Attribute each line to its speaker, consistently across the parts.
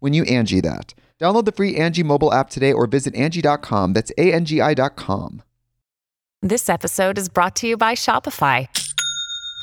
Speaker 1: when you Angie that. Download the free Angie mobile app today or visit Angie.com. That's A-N-G-I dot com.
Speaker 2: This episode is brought to you by Shopify.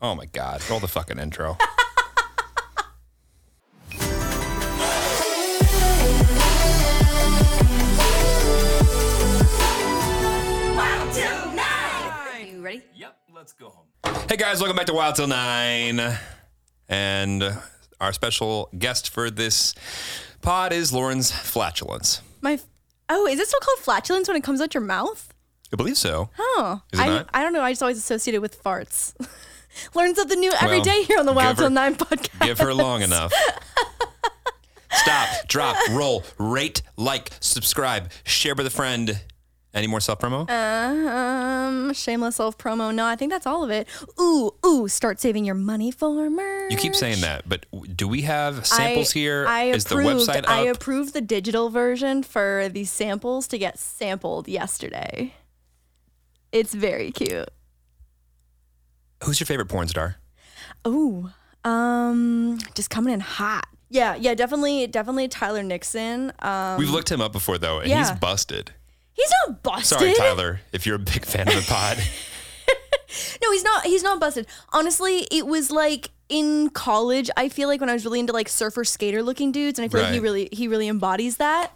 Speaker 3: oh my God. Roll the fucking intro.
Speaker 4: You ready?
Speaker 3: yep. Let's go home. Hey guys, welcome back to Wild Till Nine. And our special guest for this pod is Lauren's flatulence.
Speaker 4: My f- oh, is it still called flatulence when it comes out your mouth?
Speaker 3: I believe so.
Speaker 4: Oh,
Speaker 3: Is it
Speaker 4: I
Speaker 3: not?
Speaker 4: I don't know. I just always associate it with farts. Learn something new every
Speaker 3: Well,
Speaker 4: day here on the Wild
Speaker 3: give her-
Speaker 4: Till Nine podcast.
Speaker 3: Give her long enough. Stop, drop, roll, rate, like, subscribe, share with a friend. Any more self promo?
Speaker 4: Uh, Um, shameless self promo. No, I think that's all of it. Ooh, ooh, start saving your money for merch.
Speaker 3: you keep saying that, but w- do we have samples
Speaker 4: I,
Speaker 3: here? Is
Speaker 4: I approved,
Speaker 3: the website up?
Speaker 4: I approved the digital version for these samples to get sampled yesterday. It's very cute.
Speaker 3: Who's your favorite porn star?
Speaker 4: Ooh, um, just coming in hot. Yeah, yeah, definitely, definitely Tyler Nixon. Um,
Speaker 3: We've looked him up before though, and he's
Speaker 4: yeah.
Speaker 3: busted.
Speaker 4: he's not busted.
Speaker 3: Sorry, Tyler, if you're a big fan of the pod.
Speaker 4: No, he's not. He's not busted. Honestly, it was like in college. I feel like when I was really into like surfer skater looking dudes, and I feel like he
Speaker 3: Right.
Speaker 4: really he really embodies that.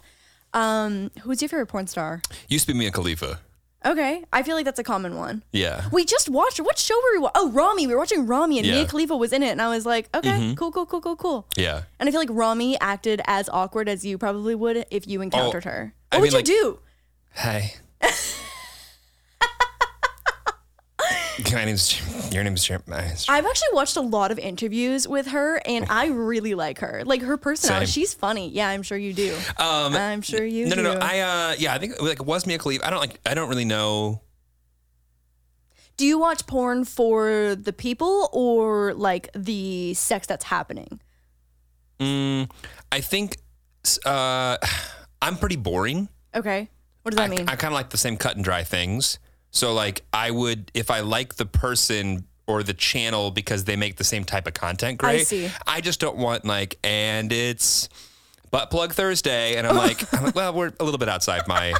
Speaker 4: Um, who's your favorite porn star?
Speaker 3: Used to be Mia Khalifa.
Speaker 4: Okay, I feel like that's a common one.
Speaker 3: Yeah.
Speaker 4: We just watched what show were we? Wa- oh, Rami. We were watching Rami, and
Speaker 3: Yeah. Mm-hmm.
Speaker 4: Mia Khalifa was in it, and I was like, okay, cool, cool, cool, cool, cool.
Speaker 3: Yeah.
Speaker 4: And I feel like Rami acted as awkward as you probably would if you encountered her.
Speaker 3: Oh, I
Speaker 4: What would
Speaker 3: mean,
Speaker 4: you
Speaker 3: like-
Speaker 4: do?
Speaker 3: Hey. My name's Jim. Your name's Jim. My name's Jim.
Speaker 4: I've actually watched a lot of interviews with her, and I really like her. Like her personality,
Speaker 3: Same.
Speaker 4: she's funny. Yeah, I'm sure you do.
Speaker 3: Um,
Speaker 4: I'm sure you.
Speaker 3: no, no,
Speaker 4: do.
Speaker 3: no. I, uh, yeah, I think like it was Mia Khalifa. I don't like, I don't really know.
Speaker 4: do you watch porn for the people or like the sex that's happening?
Speaker 3: Mm, I think, uh, I'm pretty boring.
Speaker 4: Okay, what does that mean?
Speaker 3: I kind of like the same cut and dry things. So like I would if I like the person or the channel because they make the same type of content
Speaker 4: I
Speaker 3: great.
Speaker 4: see.
Speaker 3: I just don't want like and it's butt plug Thursday and I'm like, I'm like well we're a little bit outside my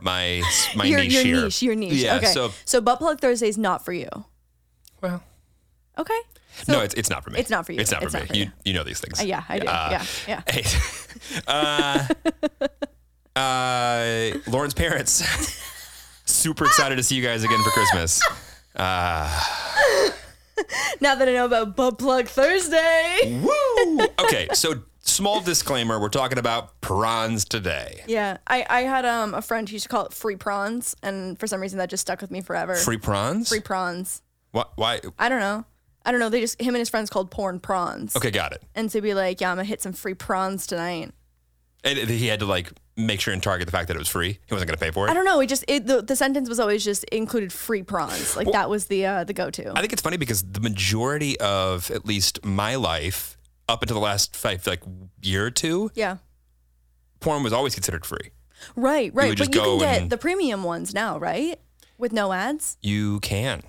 Speaker 3: my my
Speaker 4: your,
Speaker 3: niche
Speaker 4: your
Speaker 3: here.
Speaker 4: niche, your niche.
Speaker 3: Yeah,
Speaker 4: okay.
Speaker 3: so-
Speaker 4: butt plug Thursday is not for you.
Speaker 3: Well,
Speaker 4: Okay.
Speaker 3: no, it's, it's not for me.
Speaker 4: it's not for you.
Speaker 3: It's not for
Speaker 4: It's
Speaker 3: me.
Speaker 4: not for
Speaker 3: you,
Speaker 4: you.
Speaker 3: you know these things.
Speaker 4: Uh, yeah, I do. yeah, yeah.
Speaker 3: Hey, uh, uh, Lauren's parents. Super excited to see you guys again for Christmas.
Speaker 4: Now that I know about butt plug Thursday,
Speaker 3: Woo! Okay, so small disclaimer we're talking about prawns today.
Speaker 4: Yeah, I, I had um a friend who used to call it free prawns, and for some reason that just stuck with me forever.
Speaker 3: Free prawns?
Speaker 4: Free prawns.
Speaker 3: Why? why?
Speaker 4: I don't know. I don't know. They just him and his friends called porn prawns.
Speaker 3: Okay, got it.
Speaker 4: And so he'd be like, yeah, I'm gonna hit some free prawns tonight.
Speaker 3: And he had to like make sure and target the fact that it was free. He wasn't going to pay for it.
Speaker 4: I don't know. It just it, the, the sentence was always just included free prawns. Like that was the uh, the go to.
Speaker 3: I think it's funny because the majority of at least my life up until the last five, like year or two,
Speaker 4: Yeah.
Speaker 3: porn was always considered free.
Speaker 4: Right. Right.
Speaker 3: would
Speaker 4: but
Speaker 3: just
Speaker 4: you
Speaker 3: go
Speaker 4: can get
Speaker 3: and-
Speaker 4: the premium ones now, right? With no ads.
Speaker 3: You can.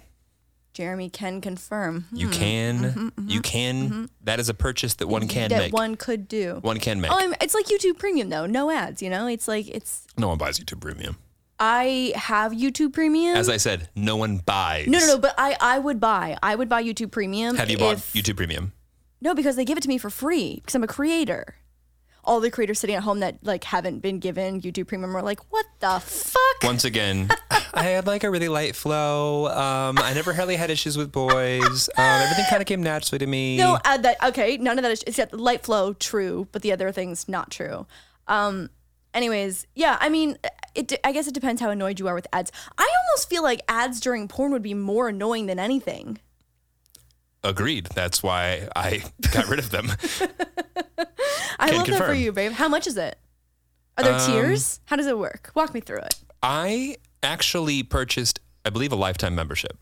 Speaker 4: Jeremy can confirm Hmm.
Speaker 3: You can. You can. That is a purchase that one can
Speaker 4: Mm-hmm, that
Speaker 3: make. One,
Speaker 4: one could do.
Speaker 3: can make.
Speaker 4: Oh, I'm, it's like YouTube Premium though. No ads. You know, it's like it's.
Speaker 3: no one buys YouTube Premium.
Speaker 4: I have YouTube Premium.
Speaker 3: As I said, no one buys.
Speaker 4: no, no, no. But I, I would buy. I would buy YouTube Premium.
Speaker 3: Have you bought
Speaker 4: if-
Speaker 3: YouTube Premium?
Speaker 4: No, because they give it to me for free because I'm a creator. All the creators sitting at home that like haven't been given YouTube Premium are like, what the fuck?
Speaker 3: Once again, I had like a really light flow. Um, I never really had issues with boys. Um, everything kind of came naturally to me.
Speaker 4: No, add that. Okay, none of that is. Except the light flow, true, but the other things not true. Um. Anyways, yeah. I mean, it. de- I guess it depends how annoyed you are with ads. I almost feel like ads during porn would be more annoying than anything.
Speaker 3: Agreed. That's why I got rid of them.
Speaker 4: I
Speaker 3: Can
Speaker 4: love that for
Speaker 3: confirm.
Speaker 4: you, babe. How much is it? Are there
Speaker 3: Um,
Speaker 4: tiers? How does it work? Walk me through it.
Speaker 3: I actually purchased, I believe, a lifetime membership.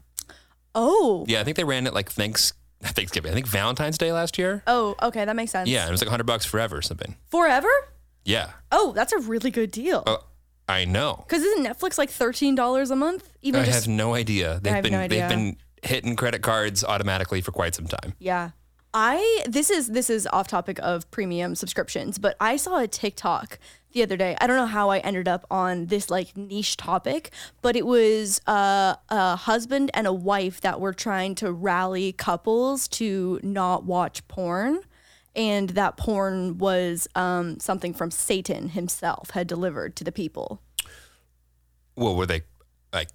Speaker 4: Oh.
Speaker 3: Yeah, I think they ran it like thanks Thanksgiving. I think Valentine's Day last year.
Speaker 4: Oh, okay, that makes sense.
Speaker 3: Yeah, and it was like hundred bucks forever or something.
Speaker 4: Forever?
Speaker 3: Yeah,
Speaker 4: Oh, that's a really good deal.
Speaker 3: uh, I know.
Speaker 4: Because isn't Netflix like thirteen dollars a month? Even
Speaker 3: I
Speaker 4: just
Speaker 3: have no idea. They've
Speaker 4: have
Speaker 3: been
Speaker 4: no idea.
Speaker 3: they've been hitting credit cards automatically for quite some time.
Speaker 4: yeah. I this is this is off topic of premium subscriptions, but I saw a TikTok the other day. I don't know how I ended up on this like niche topic, but it was uh, a husband and a wife that were trying to rally couples to not watch porn. And that porn was um, something from Satan himself had delivered to the people.
Speaker 3: Well, were they like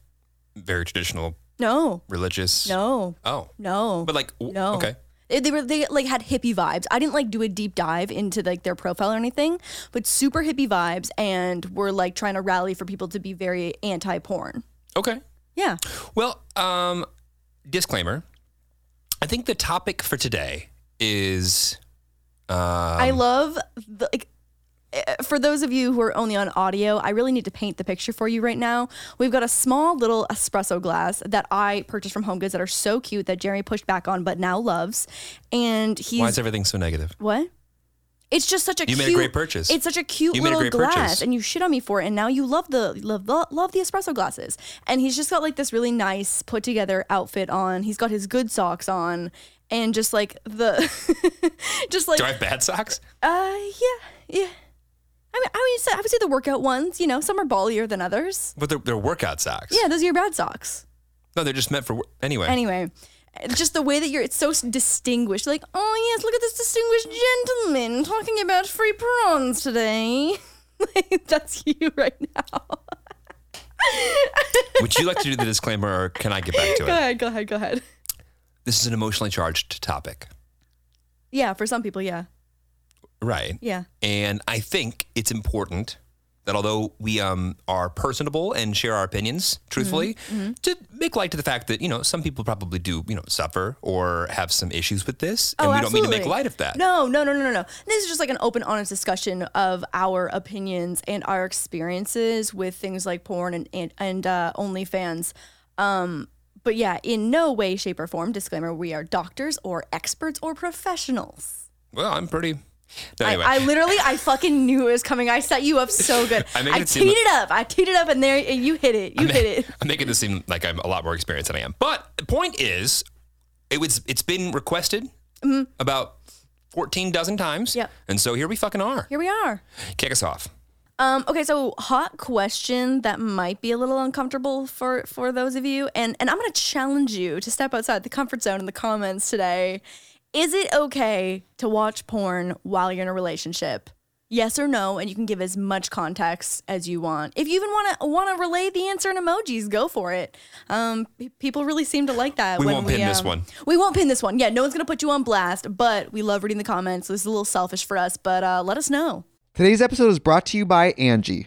Speaker 3: very traditional
Speaker 4: No,
Speaker 3: religious?
Speaker 4: no,
Speaker 3: Oh,
Speaker 4: no.
Speaker 3: but like w-
Speaker 4: No.
Speaker 3: Okay.
Speaker 4: They, they were they like had hippie vibes. I didn't like do a deep dive into like their profile or anything, but super hippie vibes and were like trying to rally for people to be very anti porn.
Speaker 3: Okay.
Speaker 4: Yeah.
Speaker 3: Well, um, disclaimer. I think the topic for today is uh,
Speaker 4: I
Speaker 3: Um,
Speaker 4: love the, like eh, for those of you who are only on audio, I really need to paint the picture for you right now. We've got a small little espresso glass that I purchased from Home Goods that are so cute that Jeremy pushed back on but now loves. And he's
Speaker 3: why is everything so negative?
Speaker 4: What? It's just such a
Speaker 3: You
Speaker 4: cute,
Speaker 3: made a great purchase.
Speaker 4: It's such a cute
Speaker 3: You made a
Speaker 4: little
Speaker 3: great
Speaker 4: glass,
Speaker 3: purchase.
Speaker 4: and you shit on me for it. And now you love the love the, love the espresso glasses. And he's just got like this really nice put together outfit on. He's got his good socks on, and just like the, just like
Speaker 3: Do I have bad socks?
Speaker 4: uh yeah yeah. I mean I would say I would say the workout ones. You know, some are ballier than others.
Speaker 3: But they're, they're workout socks.
Speaker 4: Yeah, those are your bad socks.
Speaker 3: No, they're just meant for wor- anyway.
Speaker 4: Anyway. Just the way that you're, it's so distinguished. Like, oh yes, look at this distinguished gentleman talking about free prawns today. Like, That's you right now.
Speaker 3: Would you like to do the disclaimer, or can I get back to
Speaker 4: Go
Speaker 3: it?
Speaker 4: ahead, go ahead, go ahead.
Speaker 3: This is an emotionally charged topic,
Speaker 4: Yeah, for some people, yeah,
Speaker 3: right?
Speaker 4: yeah.
Speaker 3: And I think it's important that although we um, are personable and share our opinions truthfully,
Speaker 4: Mm-hmm.
Speaker 3: to make light to the fact that, you know, some people probably do, you know, suffer or have some issues with this. And
Speaker 4: Oh,
Speaker 3: we
Speaker 4: absolutely.
Speaker 3: don't mean to make light of that.
Speaker 4: No, no, no, no, no, no. This is just like an open, honest discussion of our opinions and our experiences with things like porn and and, and uh, OnlyFans. Um, but yeah, in no way, shape, or form, disclaimer: we are doctors or experts or professionals.
Speaker 3: Well, I'm pretty. No, anyway.
Speaker 4: I, I literally, I fucking knew it was coming. I set you up so good.
Speaker 3: I
Speaker 4: I,
Speaker 3: make it seem
Speaker 4: teed
Speaker 3: like-
Speaker 4: it up. I teed it up, and there, and you hit it. You hit it.
Speaker 3: I'm making this seem like I'm a lot more experienced than I am. But the point is, it was it's been requested about 14 dozen times.
Speaker 4: Mm-hmm. Yep.
Speaker 3: And so here we fucking are.
Speaker 4: Here we are.
Speaker 3: Kick us off.
Speaker 4: Um, okay, so hot question that might be a little uncomfortable for for those of you, and and I'm gonna challenge you to step outside the comfort zone in the comments today. Is it okay to watch porn while you're in a relationship? yes or no, and you can give as much context as you want. If you even want to want to relay the answer in emojis, go for it. Um, pe- people really seem to like that.
Speaker 3: We
Speaker 4: when
Speaker 3: won't
Speaker 4: we,
Speaker 3: pin this
Speaker 4: um,
Speaker 3: one.
Speaker 4: We won't pin this one. Yeah, no one's gonna put you on blast, but we love reading the comments. This is a little selfish for us, but uh, let us know.
Speaker 1: Today's episode is brought to you by Angie.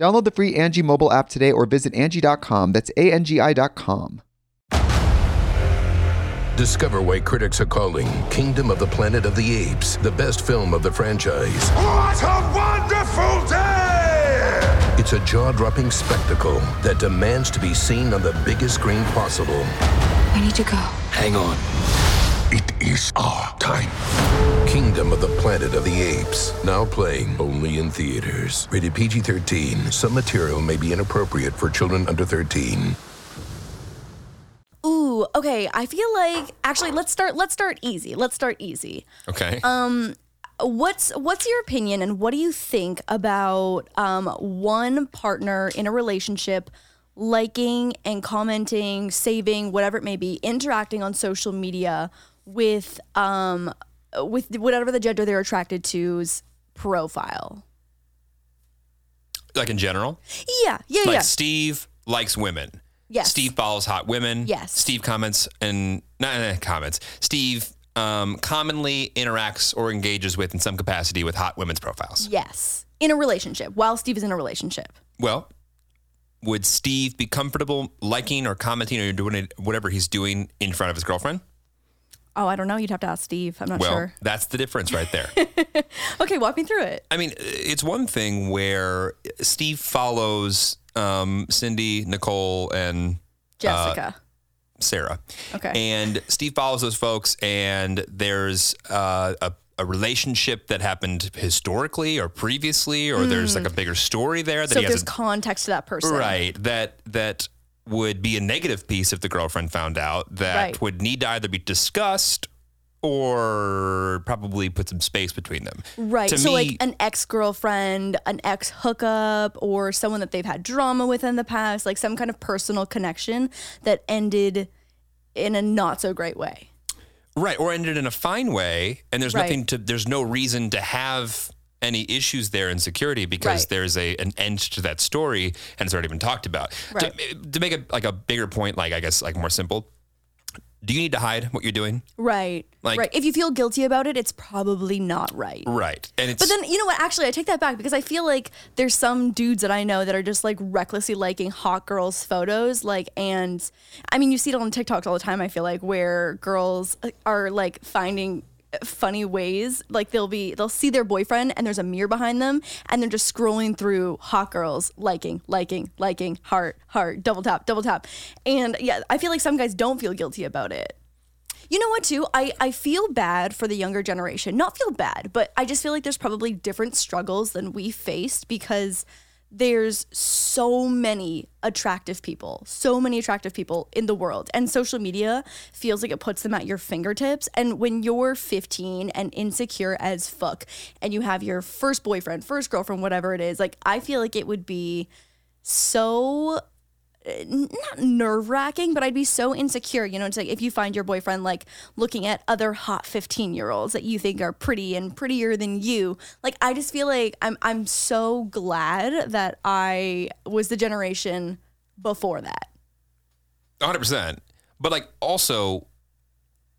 Speaker 1: Download the free Angie mobile app today or visit Angie.com. That's A N G I.com.
Speaker 5: Discover why critics are calling Kingdom of the Planet of the Apes the best film of the franchise.
Speaker 6: What a wonderful day!
Speaker 5: It's a jaw dropping spectacle that demands to be seen on the biggest screen possible.
Speaker 7: We need to go.
Speaker 5: Hang on.
Speaker 6: It is our time.
Speaker 5: Kingdom of the Planet of the Apes. Now playing only in theaters. Rated PG 13. Some material may be inappropriate for children under 13.
Speaker 4: Ooh, okay. I feel like actually let's start let's start easy. Let's start easy.
Speaker 3: Okay.
Speaker 4: Um, What's what's your opinion and what do you think about um, one partner in a relationship liking and commenting, saving whatever it may be, interacting on social media with um, with whatever the gender they're attracted to's profile?
Speaker 3: like in general.
Speaker 4: Yeah, yeah,
Speaker 3: Like
Speaker 4: yeah.
Speaker 3: Steve likes women.
Speaker 4: Yes.
Speaker 3: Steve follows hot women.
Speaker 4: Yes.
Speaker 3: Steve comments and not eh, comments. Steve um, commonly interacts or engages with in some capacity with hot women's profiles.
Speaker 4: yes, in a relationship while Steve is in a relationship.
Speaker 3: Well, would Steve be comfortable liking or commenting or doing it, whatever he's doing in front of his girlfriend?
Speaker 4: Oh, I don't know. You'd have to ask Steve. I'm not
Speaker 3: well,
Speaker 4: sure.
Speaker 3: that's the difference right there.
Speaker 4: Okay, walk me through it.
Speaker 3: I mean, it's one thing where Steve follows um, Cindy, Nicole, and
Speaker 4: Jessica.
Speaker 3: Sarah.
Speaker 4: Okay.
Speaker 3: And Steve follows those folks, and there's uh, a, a relationship that happened historically or previously, or there's like a bigger story there that
Speaker 4: Hmm. so
Speaker 3: he
Speaker 4: if there's
Speaker 3: hasn't.
Speaker 4: context to that person.
Speaker 3: Right. That that would be a negative piece if the girlfriend found out. That
Speaker 4: Right.
Speaker 3: would need to either be discussed or probably put some space between them.
Speaker 4: Right.
Speaker 3: To
Speaker 4: so
Speaker 3: me,
Speaker 4: like an ex girlfriend, an ex hookup, or someone that they've had drama with in the past, like some kind of personal connection that ended in a not so great way.
Speaker 3: Right, or ended in a fine way, and there's
Speaker 4: Right.
Speaker 3: nothing to there's no reason to have any issues there in security because
Speaker 4: Right.
Speaker 3: there's a an end to that story and it's already been talked about.
Speaker 4: Right.
Speaker 3: To, to make it like a bigger point, like I guess like more simple. Do you need to hide what you're doing?
Speaker 4: Right.
Speaker 3: Like-
Speaker 4: right. If you feel guilty about it, it's probably not right.
Speaker 3: Right. And it's
Speaker 4: But then you know what? Actually, I take that back because I feel like there's some dudes that I know that are just like recklessly liking hot girls' photos. Like, and I mean, you see it on TikToks all the time. I feel like where girls uh, are like finding funny ways. Like they'll be they'll see their boyfriend and there's a mirror behind them, and they're just scrolling through hot girls liking, liking, liking, heart, heart, double tap, double tap, and yeah, I feel like some guys don't feel guilty about it. You know what, too? I, I feel bad for the younger generation. Not feel bad, but I just feel like there's probably different struggles than we faced because there's so many attractive people, so many attractive people in the world. And social media feels like it puts them at your fingertips. And when you're 15 and insecure as fuck, and you have your first boyfriend, first girlfriend, whatever it is, like I feel like it would be so uh, not nerve wracking, but I'd be so insecure. You know, it's like if you find your boyfriend like looking at other hot 15 year olds that you think are pretty and prettier than you. Like, I just feel like I'm, I'm so glad that I was the generation before that.
Speaker 3: 100%. But like also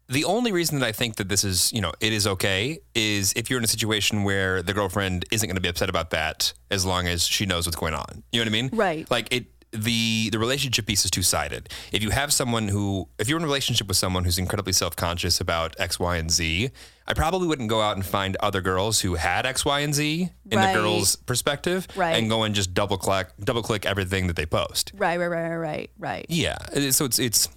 Speaker 3: the only reason that I think that this is, you know, it is okay is if you're in a situation where the girlfriend isn't going to be upset about that as long as she knows what's going on. You know what I mean?
Speaker 4: Right.
Speaker 3: Like it the the relationship piece is two-sided. If you have someone who if you're in a relationship with someone who's incredibly self-conscious about X, Y, and Z, I probably wouldn't go out and find other girls who had X, Y, and Z in
Speaker 4: Right.
Speaker 3: the girl's perspective
Speaker 4: Right.
Speaker 3: and go and just double click double click everything that they post.
Speaker 4: Right, right, right, right, right, right.
Speaker 3: Yeah. Uh, So it's it's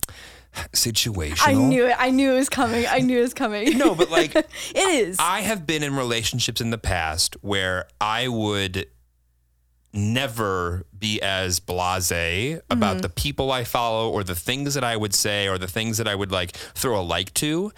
Speaker 3: situational.
Speaker 4: I knew it. I knew it was coming. I knew it was coming.
Speaker 3: No, but like
Speaker 4: it is.
Speaker 3: I have been in relationships in the past where I would never be as blasé
Speaker 4: Mm-hmm.
Speaker 3: about the people I follow or the things that I would say or the things that I would like throw a like to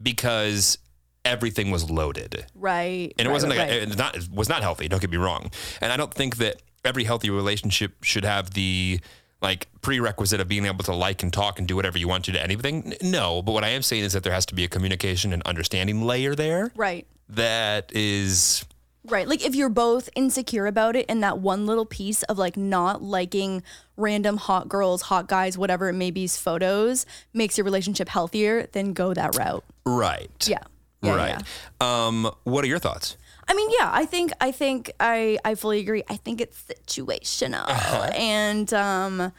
Speaker 3: because everything was loaded.
Speaker 4: right.
Speaker 3: And it
Speaker 4: right,
Speaker 3: wasn't
Speaker 4: right,
Speaker 3: like
Speaker 4: right.
Speaker 3: it was not it was not healthy. Don't get me wrong. And I don't think that every healthy relationship should have the like prerequisite of being able to like and talk and do whatever you want to to anything. N- No, but what I am saying is that there has to be a communication and understanding layer there
Speaker 4: right.
Speaker 3: that is
Speaker 4: Right. Like if you're both insecure about it and that one little piece of like not liking random hot girls, hot guys, whatever it may be's photos makes your relationship healthier, then go that route.
Speaker 3: right.
Speaker 4: Yeah. Yeah,
Speaker 3: right.
Speaker 4: yeah.
Speaker 3: Um what are your thoughts?
Speaker 4: I mean, yeah, I think I think I I fully agree. I think it's situational and um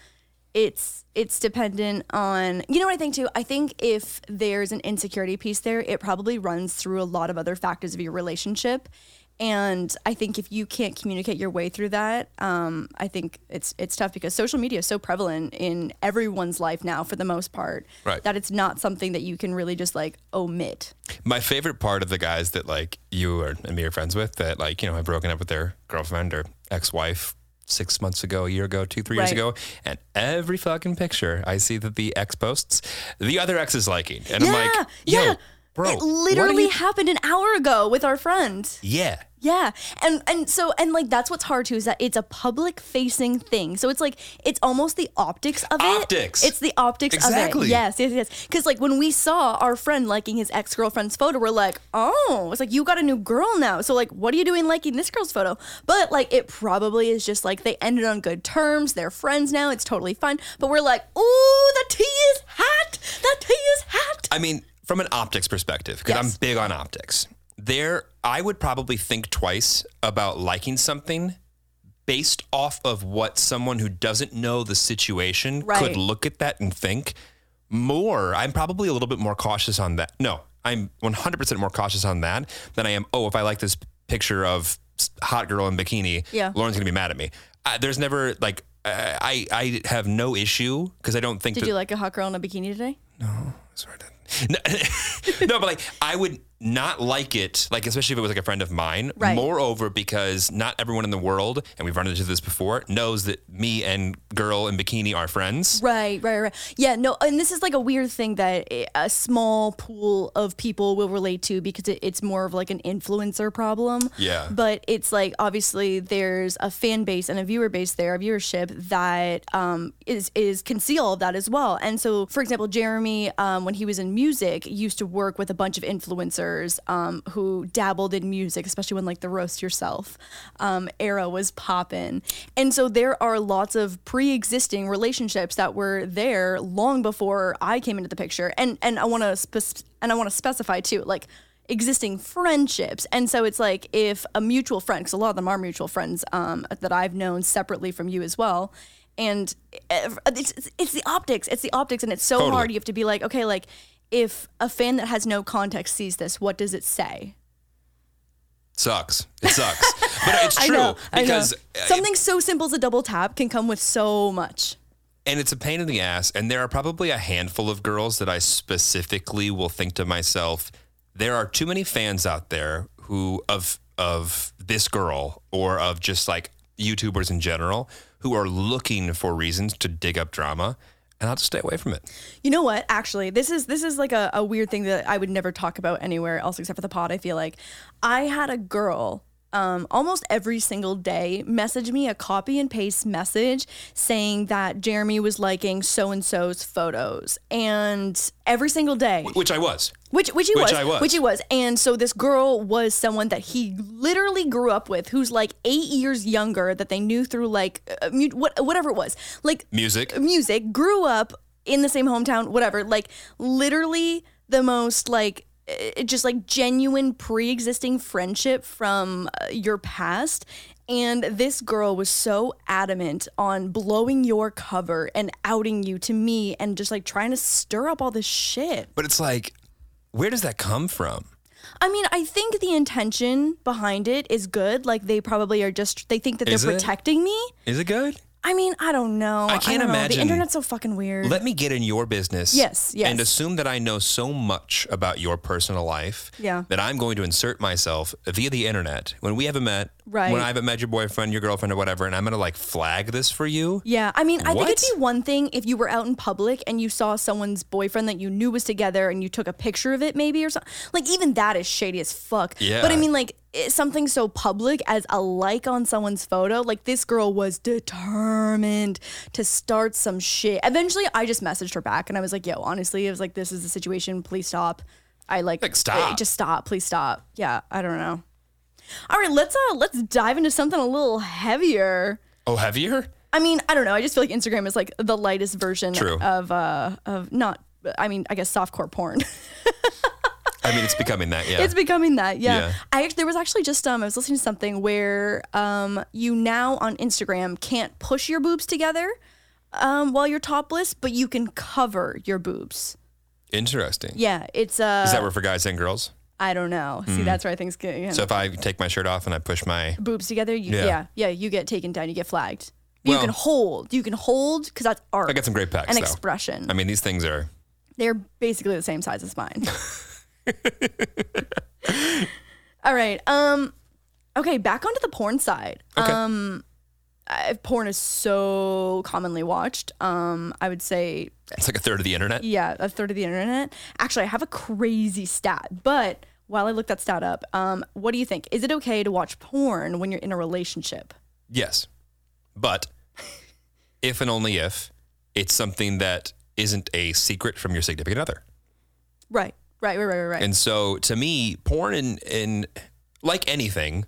Speaker 4: it's it's dependent on you know what I think too? I think if there's an insecurity piece there, it probably runs through a lot of other factors of your relationship. And I think if you can't communicate your way through that, um, I think it's it's tough because social media is so prevalent in everyone's life now for the most part
Speaker 3: Right.
Speaker 4: that it's not something that you can really just like omit.
Speaker 3: My favorite part of the guys that like you or and me are friends with that like, you know, have broken up with their girlfriend or ex wife six months ago, a year ago, two, three years
Speaker 4: Right.
Speaker 3: ago. And every fucking picture I see that the ex posts, the other ex is liking. And I'm
Speaker 4: Yeah,
Speaker 3: like, Yo,
Speaker 4: yeah.
Speaker 3: bro.
Speaker 4: it
Speaker 3: what are
Speaker 4: literally
Speaker 3: you-
Speaker 4: happened an hour ago with our friend.
Speaker 3: Yeah.
Speaker 4: Yeah. And and so and like that's what's hard too is that it's a public facing thing. So it's like it's almost the optics of it.
Speaker 3: Optics.
Speaker 4: It's the optics of
Speaker 3: Exactly.
Speaker 4: it. Yes, yes, yes. Cuz like when we saw our friend liking his ex-girlfriend's photo, we're like, "Oh, it's like you got a new girl now." So like what are you doing liking this girl's photo? But like it probably is just like they ended on good terms, they're friends now, it's totally fine. But we're like, "Ooh, the tea is hot. The tea is hot."
Speaker 3: I mean, from an optics perspective, because
Speaker 4: Yes.
Speaker 3: I'm big on optics, there I would probably think twice about liking something based off of what someone who doesn't know the situation
Speaker 4: Right.
Speaker 3: could look at that and think more. I'm probably a little bit more cautious on that. No, I'm 100% more cautious on that than I am. Oh, if I like this picture of s- hot girl in bikini,
Speaker 4: Yeah.
Speaker 3: Lauren's gonna be mad at me. I, there's never like I I I have no issue because I don't think
Speaker 4: Did
Speaker 3: that
Speaker 4: you like a hot girl in a bikini today?
Speaker 3: Sorry, Dad. No, no, but like I would not like it, like especially if it was like a friend of mine.
Speaker 4: Right.
Speaker 3: Moreover, because not everyone in the world, and we've run into this before, knows that me and girl in bikini are friends.
Speaker 4: Right, right, right. Yeah, no, and this is like a weird thing that i- a small pool of people will relate to because it, it's more of like an influencer problem.
Speaker 3: Yeah.
Speaker 4: But it's like obviously there's a fan base and a viewer base there, a viewership that um, is is can see all of that as well. And so, for example, Jeremy, um, when he was in music, used to work with a bunch of influencers um, who dabbled in music, especially when like the roast yourself um, era was poppin'. And so there are lots of pre-existing relationships that were there long before I came into the picture. And and I want to spec- and I want to specify too, like existing friendships. And so it's like if a mutual friend, because a lot of them are mutual friends um, that I've known separately from you as well. And ev- it's, it's, it's the optics. It's the optics. And it's so
Speaker 3: Totally.
Speaker 4: hard. You have to be like, okay, like if a fan that has no context sees this, what does it say?
Speaker 3: Sucks. It sucks. but it's true
Speaker 4: I know. I know.
Speaker 3: because uh,
Speaker 4: something so simple as a double tap can come with so much.
Speaker 3: and it's a pain in the ass. And there are probably a handful of girls that I specifically will think to myself, there are too many fans out there who of of this girl or of just like YouTubers in general who are looking for reasons to dig up drama. And I'll just stay away from it.
Speaker 4: You know what? Actually, this is this is like a, a weird thing that I would never talk about anywhere else except for the pod. I feel like I had a girl um, almost every single day message me a copy and paste message saying that Jeremy was liking so and so's photos. And every single day,
Speaker 3: Which I was.
Speaker 4: which which he
Speaker 3: Which
Speaker 4: was,
Speaker 3: I was.
Speaker 4: which he was, and so this girl was someone that he literally grew up with, who's like eight years younger that they knew through like uh, mu- what whatever it was, like
Speaker 3: Music.
Speaker 4: music, grew up in the same hometown, whatever. Like literally the most like eh, just like genuine pre-existing friendship from uh, your past. And this girl was so adamant on blowing your cover and outing you to me and just like trying to stir up all this shit.
Speaker 3: But it's like, where does that come from?
Speaker 4: I mean, I think the intention behind it is good. Like they probably are just they think that they're
Speaker 3: Is it?
Speaker 4: protecting me.
Speaker 3: Is it good?
Speaker 4: I mean, I don't know.
Speaker 3: I can't
Speaker 4: don't know.
Speaker 3: imagine-
Speaker 4: The internet's so fucking weird.
Speaker 3: Let me get in your business.
Speaker 4: Yes, yes.
Speaker 3: And assume that I know so much about your personal life
Speaker 4: Yeah.
Speaker 3: that I'm going to insert myself via the internet when we haven't met,
Speaker 4: Right.
Speaker 3: when I haven't met your boyfriend, your girlfriend, or whatever, and I'm going to like flag this for you.
Speaker 4: yeah, I mean, I think it'd
Speaker 3: What?
Speaker 4: be one thing if you were out in public and you saw someone's boyfriend that you knew was together and you took a picture of it, maybe or something. Like even that is shady as fuck.
Speaker 3: Yeah.
Speaker 4: But I mean, like it's something so public as a like on someone's photo. Like this girl was determined to start some shit. Eventually, I just messaged her back and I was like, "Yo, honestly, it was like this is the situation. Please stop. I like,
Speaker 3: Like, stop.
Speaker 4: eh, just stop. Please stop. Yeah, I don't know. All right, let's uh let's dive into something a little heavier."
Speaker 3: Oh, heavier?
Speaker 4: I mean, I don't know. I just feel like Instagram is like the lightest version
Speaker 3: True.
Speaker 4: of uh of not I mean, I guess softcore porn.
Speaker 3: I mean, it's becoming that, yeah.
Speaker 4: it's becoming that. Yeah.
Speaker 3: Yeah.
Speaker 4: I actually there was actually just um I was listening to something where um you now on Instagram can't push your boobs together um while you're topless, but you can cover your boobs.
Speaker 3: Interesting.
Speaker 4: Yeah, it's uh
Speaker 3: Is that where for guys and girls?
Speaker 4: I don't know. See, that's where I think's getting
Speaker 3: So if I take my shirt off and I push my
Speaker 4: boobs together, you
Speaker 3: Yeah.
Speaker 4: yeah. yeah, you get taken down, you get flagged. you
Speaker 3: Well-
Speaker 4: can hold. You can hold because that's art.
Speaker 3: I got some great pecs,
Speaker 4: An
Speaker 3: though.
Speaker 4: expression.
Speaker 3: I mean, these things are
Speaker 4: They're basically the same size as mine. All right. Um okay, back onto the porn side.
Speaker 3: okay.
Speaker 4: Uh, porn is so commonly watched. Um I would say
Speaker 3: it's like a third of the internet.
Speaker 4: yeah, a third of the internet. Actually, I have a crazy stat, but while I look that stat up, um what do you think? Is it okay to watch porn when you're in a relationship?
Speaker 3: Yes. But if and only if it's something that isn't a secret from your significant other.
Speaker 4: Right. Right, right, right, right, right.
Speaker 3: And so to me, porn and in, like anything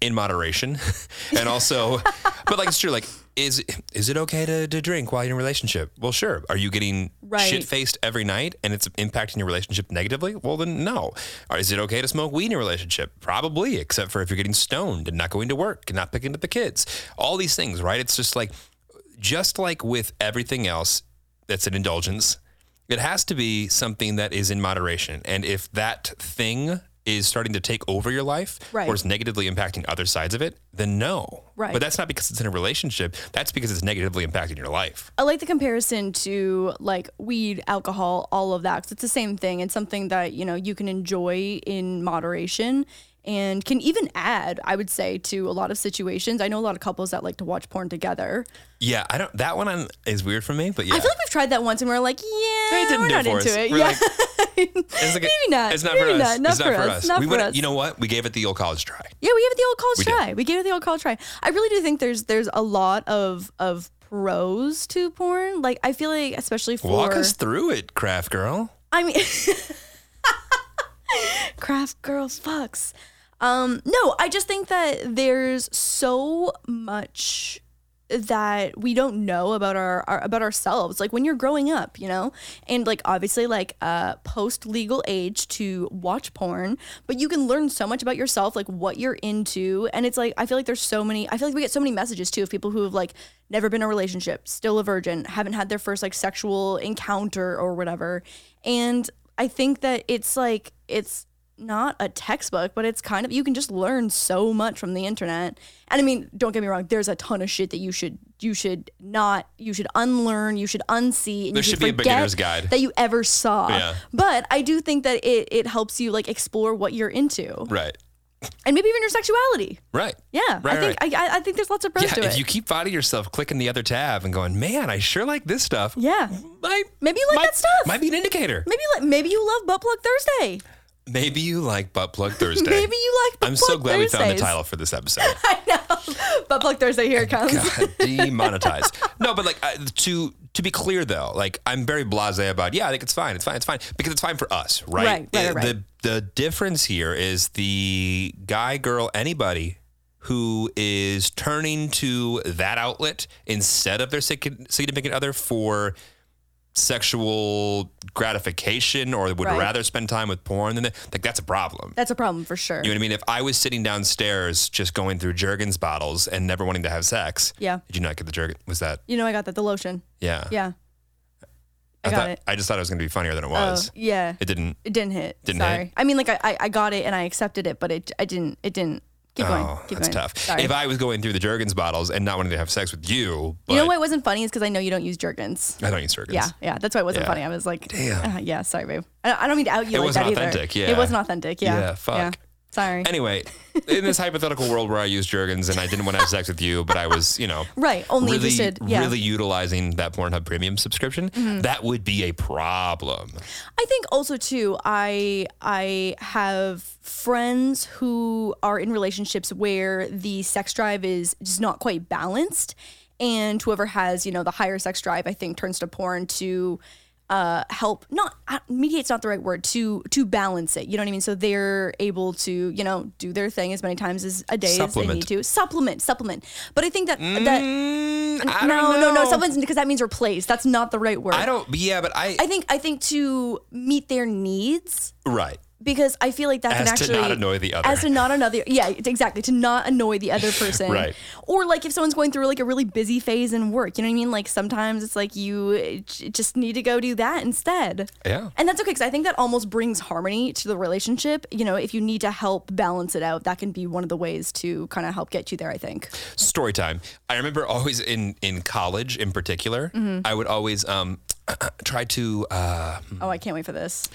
Speaker 3: in moderation and also but like it's true like is is it okay to, to drink while you're in a relationship well sure are you getting
Speaker 4: Right.
Speaker 3: shit-faced every night and it's impacting your relationship negatively well then no or is it okay to smoke weed in a relationship probably except for if you're getting stoned and not going to work and not picking up the kids all these things right it's just like just like with everything else that's an indulgence, it has to be something that is in moderation. And if that thing is starting to take over your life
Speaker 4: Right.
Speaker 3: or is negatively impacting other sides of it, then no.
Speaker 4: Right.
Speaker 3: But that's not because it's in a relationship. That's because it's negatively impacting your life.
Speaker 4: I like the comparison to like weed, alcohol, all of that because it's the same thing. It's something that you know you can enjoy in moderation and can even add, I would say, to a lot of situations. I know a lot of couples that like to watch porn together.
Speaker 3: Yeah, I don't. That one I'm, is weird for me, but yeah,
Speaker 4: I feel like we've tried that once and we are like, yeah,
Speaker 3: It didn't
Speaker 4: we're
Speaker 3: do it
Speaker 4: not
Speaker 3: for
Speaker 4: into
Speaker 3: us.
Speaker 4: it.
Speaker 3: We're
Speaker 4: yeah,
Speaker 3: like, it's like a-
Speaker 4: maybe not.
Speaker 3: It's not
Speaker 4: Maybe
Speaker 3: for us.
Speaker 4: not. Not
Speaker 3: it's
Speaker 4: for
Speaker 3: not for
Speaker 4: us.
Speaker 3: us.
Speaker 4: Not
Speaker 3: we
Speaker 4: for
Speaker 3: went-
Speaker 4: us.
Speaker 3: You know what? We gave it the old college try.
Speaker 4: Yeah, we gave it the old college
Speaker 3: We did.
Speaker 4: try. We gave it the old college try. I really do think there's there's a lot of of pros to porn. Like I feel like especially for
Speaker 3: Walk us through it, craft girl.
Speaker 4: I mean, craft girls fucks. Um, no, I just think that there's so much that we don't know about our, our about ourselves like when you're growing up you know and like obviously like uh post legal age to watch porn but you can learn so much about yourself like what you're into and it's like i feel like there's so many i feel like we get so many messages too of people who have like never been in a relationship still a virgin haven't had their first like sexual encounter or whatever and i think that it's like it's not a textbook, but it's kind of you can just learn so much from the internet. And I mean, don't get me wrong, there's a ton of shit that you should you should not you should unlearn, you should unsee, and
Speaker 3: There
Speaker 4: you
Speaker 3: should be a
Speaker 4: forget
Speaker 3: beginner's guide.
Speaker 4: that you ever saw.
Speaker 3: Yeah.
Speaker 4: But I do think that it it helps you like explore what you're into
Speaker 3: Right.
Speaker 4: and maybe even your sexuality.
Speaker 3: Right.
Speaker 4: Yeah,
Speaker 3: Right.
Speaker 4: I think I I- I think there's lots of pros
Speaker 3: yeah,
Speaker 4: to
Speaker 3: if
Speaker 4: it.
Speaker 3: you keep finding yourself clicking the other tab and going, man, I sure like this stuff.
Speaker 4: yeah,
Speaker 3: Might,
Speaker 4: Maybe you like
Speaker 3: might-
Speaker 4: that stuff.
Speaker 3: Might be an indicator.
Speaker 4: maybe like maybe you love Butt Plug Thursday.
Speaker 3: Maybe you like Butt Plug Thursday.
Speaker 4: Maybe you like. Butt
Speaker 3: I'm so
Speaker 4: Plug
Speaker 3: glad we found the
Speaker 4: Thursdays.
Speaker 3: title for this episode.
Speaker 4: Butt plug Thursday. Here it comes.
Speaker 3: Oh God, demonetize. No, but like I to to be clear though, like I'm very blasé about. Yeah, I think it's fine. It's fine. It's fine because it's fine for us, right?
Speaker 4: Right, right,
Speaker 3: Uh,
Speaker 4: right, right.
Speaker 3: The the difference here is the guy, girl, anybody who is turning to that outlet instead of their sig- significant other for sexual gratification or would
Speaker 4: Right.
Speaker 3: rather spend time with porn than that, like that's a problem.
Speaker 4: That's a problem for sure.
Speaker 3: You know what I mean? If I was sitting downstairs just going through Jergens bottles and never wanting to have sex,
Speaker 4: Yeah.
Speaker 3: Did you not get the Jergens? Was that
Speaker 4: You know, I got that the lotion.
Speaker 3: yeah?
Speaker 4: Yeah, I, got
Speaker 3: thought,
Speaker 4: it.
Speaker 3: I just thought it was going to be funnier than it
Speaker 4: Oh,
Speaker 3: was.
Speaker 4: yeah,
Speaker 3: It didn't.
Speaker 4: it didn't hit.
Speaker 3: Didn't hit?
Speaker 4: Sorry. I mean, like I, I, I got it and I accepted it, but it, I didn't. It didn't. Keep going.
Speaker 3: Oh,
Speaker 4: Keep
Speaker 3: that's
Speaker 4: going.
Speaker 3: tough.
Speaker 4: Sorry.
Speaker 3: If I was going through the Jergens bottles and not wanting to have sex with you, but
Speaker 4: you know why it wasn't funny is because I know you don't use Jergens.
Speaker 3: I don't use Jergens.
Speaker 4: Yeah, yeah. That's why it wasn't
Speaker 3: Yeah.
Speaker 4: funny. I was like,
Speaker 3: Damn.
Speaker 4: uh, yeah, sorry, babe. I don't, I don't mean to out you
Speaker 3: It
Speaker 4: like
Speaker 3: wasn't
Speaker 4: that either.
Speaker 3: authentic, yeah.
Speaker 4: It wasn't authentic. Yeah.
Speaker 3: Yeah, fuck.
Speaker 4: Sorry.
Speaker 3: Anyway, in this hypothetical world where I used Jergens and I didn't want to have sex with you, but I was, you know,
Speaker 4: Right, only
Speaker 3: really,
Speaker 4: interested- yeah. Mm-hmm.
Speaker 3: really utilizing that Pornhub Premium subscription, that would be a problem.
Speaker 4: I think also too, I I have friends who are in relationships where the sex drive is just not quite balanced, and whoever has you know the higher sex drive, I think, turns to porn to uh, help not uh, mediate's not the right word to to balance it. You know what I mean? So they're able to you know do their thing as many times as a day as they
Speaker 3: Supplement.
Speaker 4: need to supplement supplement. But I think that that.
Speaker 3: Mm, I don't
Speaker 4: no, no, no,
Speaker 3: know.
Speaker 4: Supplements because that means replace. That's not the right word.
Speaker 3: I don't. Yeah, but I.
Speaker 4: I think I think to meet their needs
Speaker 3: right.
Speaker 4: because I feel like that can
Speaker 3: As to
Speaker 4: actually
Speaker 3: not annoy the other.
Speaker 4: as to not another yeah exactly to not annoy the other person
Speaker 3: Right.
Speaker 4: or like if someone's going through like a really busy phase in work you know what I mean like sometimes it's like you uh, j- just need to go do that instead
Speaker 3: Yeah.
Speaker 4: and that's okay because I think that almost brings harmony to the relationship you know if you need to help balance it out that can be one of the ways to kind of help get you there I think
Speaker 3: story time. I remember always in in college, in particular, I would always um try to uh,
Speaker 4: oh I can't wait for this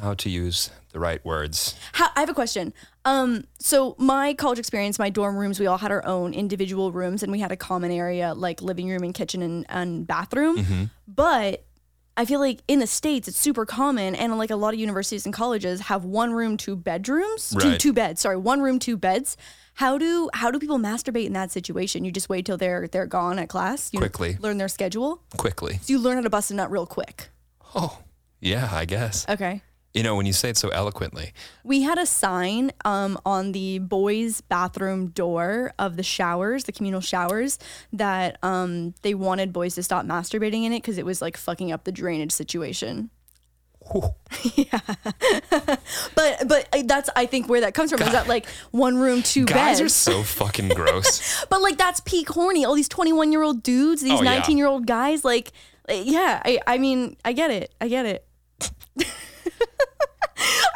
Speaker 3: how to use the right words.
Speaker 4: How, I have a question. Um, so my college experience, my dorm rooms, we all had our own individual rooms, and we had a common area like living room and kitchen and, and bathroom.
Speaker 3: Mm-hmm.
Speaker 4: But I feel like in the states, it's super common, and like a lot of universities and colleges have one room, two bedrooms, two,
Speaker 3: Right.
Speaker 4: two beds. Sorry, one room, two beds. How do how do people masturbate in that situation? You just wait till they're they're gone at class. You
Speaker 3: Quickly.
Speaker 4: learn their schedule.
Speaker 3: Quickly.
Speaker 4: So you learn how to bust a nut real quick.
Speaker 3: Oh, yeah, I guess.
Speaker 4: Okay.
Speaker 3: You know, when you say it so eloquently.
Speaker 4: We had a sign um, on the boys' bathroom door of the showers, the communal showers, that um, they wanted boys to stop masturbating in it because it was like fucking up the drainage situation. yeah, but but uh, that's I think where that comes from is that like one room, two
Speaker 3: Guys are
Speaker 4: beds.
Speaker 3: so fucking gross.
Speaker 4: but like that's peak horny. All these twenty-one year old dudes, these
Speaker 3: Oh, yeah.
Speaker 4: nineteen year old guys, like uh, yeah. I I mean I get it. I get it.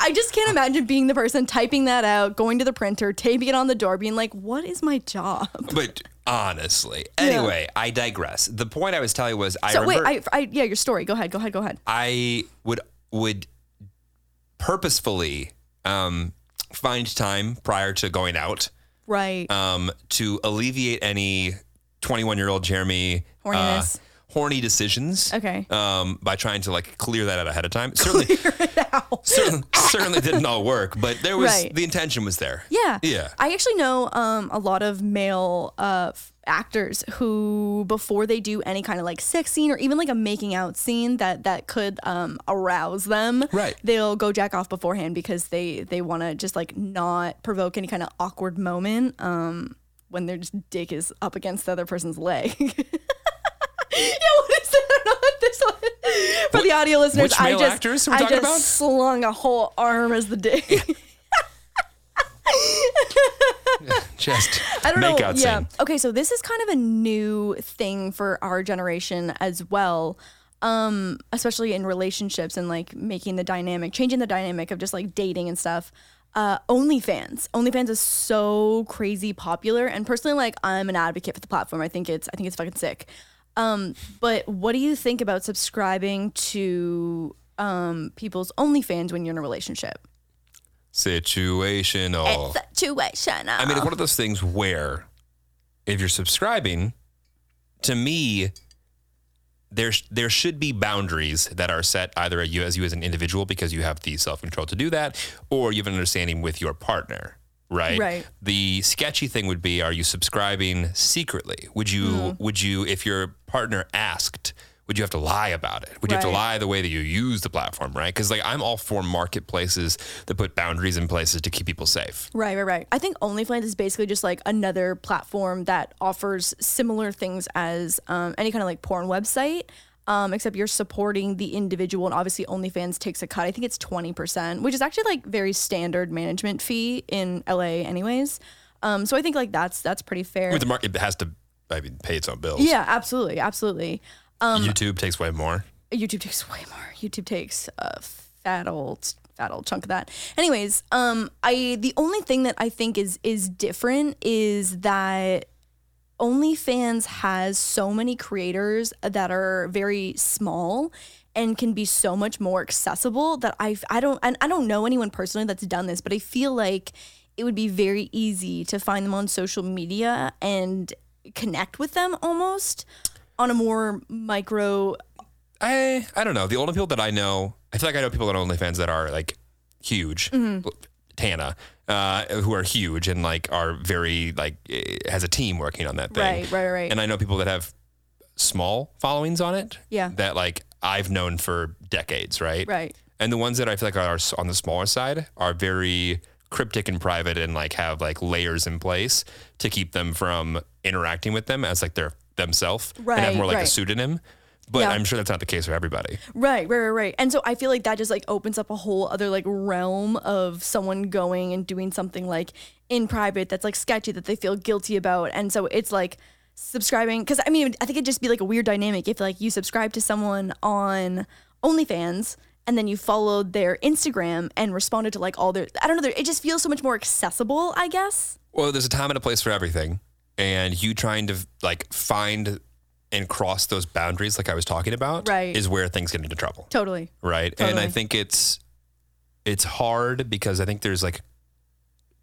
Speaker 4: I just can't imagine being the person typing that out, going to the printer, taping it on the door, being like, "What is my job?"
Speaker 3: but honestly. Anyway, I digress. The point I was telling you was I
Speaker 4: So wait,
Speaker 3: remember
Speaker 4: I, I yeah, your story. Go ahead, go ahead, go ahead.
Speaker 3: I would would purposefully um find time prior to going out
Speaker 4: Right,
Speaker 3: um, to alleviate any 21 year old Jeremy uh,
Speaker 4: Horniness.
Speaker 3: horny decisions.
Speaker 4: Okay.
Speaker 3: Um, by trying to like clear that out ahead of time. Certainly, certainly, certainly didn't all work, but there was
Speaker 4: Right.
Speaker 3: the intention was there.
Speaker 4: yeah,
Speaker 3: Yeah.
Speaker 4: I actually know um, a lot of male uh, f- actors who, before they do any kind of like sex scene or even like a making out scene that that could um, arouse them,
Speaker 3: Right.
Speaker 4: They'll go jack off beforehand because they they want to just like not provoke any kind of awkward moment um, when their just dick is up against the other person's leg. yeah, what is that? I don't know what this one. For the audio listeners,
Speaker 3: which
Speaker 4: I
Speaker 3: male
Speaker 4: just
Speaker 3: actors we're
Speaker 4: I
Speaker 3: talking
Speaker 4: just
Speaker 3: about?
Speaker 4: slung a whole arm as the dick.
Speaker 3: Just
Speaker 4: I don't
Speaker 3: make
Speaker 4: know.
Speaker 3: out
Speaker 4: yeah.
Speaker 3: scene.
Speaker 4: Okay, so this is kind of a new thing for our generation as well. Um, especially in relationships and like making the dynamic, changing the dynamic of just like dating and stuff. Uh, OnlyFans. OnlyFans is so crazy popular, and personally, like I'm an advocate for the platform. I think it's I think it's fucking sick. Um, but what do you think about subscribing to um people's OnlyFans when you're in a relationship? Eh,
Speaker 3: Situational.
Speaker 4: Situation.
Speaker 3: Oh. I mean, it's one of those things where if you're subscribing, to me, there sh- there should be boundaries that are set either at you as you as an individual because you have the self control to do that, or you have an understanding with your partner, right?
Speaker 4: Right.
Speaker 3: The sketchy thing would be: Are you subscribing secretly? Would you
Speaker 4: Hmm.
Speaker 3: would you if your partner asked? Would you have to lie about it? Would you have to
Speaker 4: Right.
Speaker 3: lie the way that you use the platform, right? Because like I'm all for marketplaces that put boundaries in places to keep people safe.
Speaker 4: Right, right, right. I think OnlyFans is basically just like another platform that offers similar things as um, any kind of like porn website, um, except you're supporting the individual, and obviously OnlyFans takes a cut. I think it's twenty percent, which is actually like very standard management fee in LA, anyways. Um, so I think like that's that's pretty fair.
Speaker 3: With the market, it has to I mean pay its own bills.
Speaker 4: yeah, um, absolutely, absolutely.
Speaker 3: YouTube takes way more.
Speaker 4: YouTube takes way more. YouTube takes a fat old fat old chunk of that. Anyways, um I the only thing that I think is is different is that OnlyFans has so many creators that are very small and can be so much more accessible that I I don't and I don't know anyone personally that's done this, but I feel like it would be very easy to find them on social media and connect with them almost on a more micro
Speaker 3: I I don't know. The only people that I know, I feel like I know people on OnlyFans that are like huge,
Speaker 4: Mm-hmm.
Speaker 3: Tana, uh, who are huge and like are very like eh, has a team working on that thing.
Speaker 4: Right, right, right.
Speaker 3: And I know people that have small followings on it.
Speaker 4: Yeah.
Speaker 3: That like I've known for decades, right?
Speaker 4: Right.
Speaker 3: And the ones that I feel like are s- on the smaller side are very cryptic and private and like have like layers in place to keep them from interacting with them as like their themselves and have
Speaker 4: Right,
Speaker 3: more like a
Speaker 4: right.
Speaker 3: pseudonym. But
Speaker 4: Yeah.
Speaker 3: I'm sure that's not the case for everybody.
Speaker 4: Right, right, right, right. And so I feel like that just like opens up a whole other like realm of someone going and doing something like in private that's like sketchy that they feel guilty about. And so it's like subscribing cuz I mean I think it'd just be like a weird dynamic if like you subscribe to someone on OnlyFans and then you followed their Instagram and responded to like all their I don't know, there- it just feels so much more accessible, I guess.
Speaker 3: Well, there's a time and a place for everything, and you trying to like find and cross those boundaries, like I was talking about,
Speaker 4: Right.
Speaker 3: is where things get into trouble,
Speaker 4: Totally.
Speaker 3: right? And I
Speaker 4: Totally.
Speaker 3: think it's it's hard because I think there's like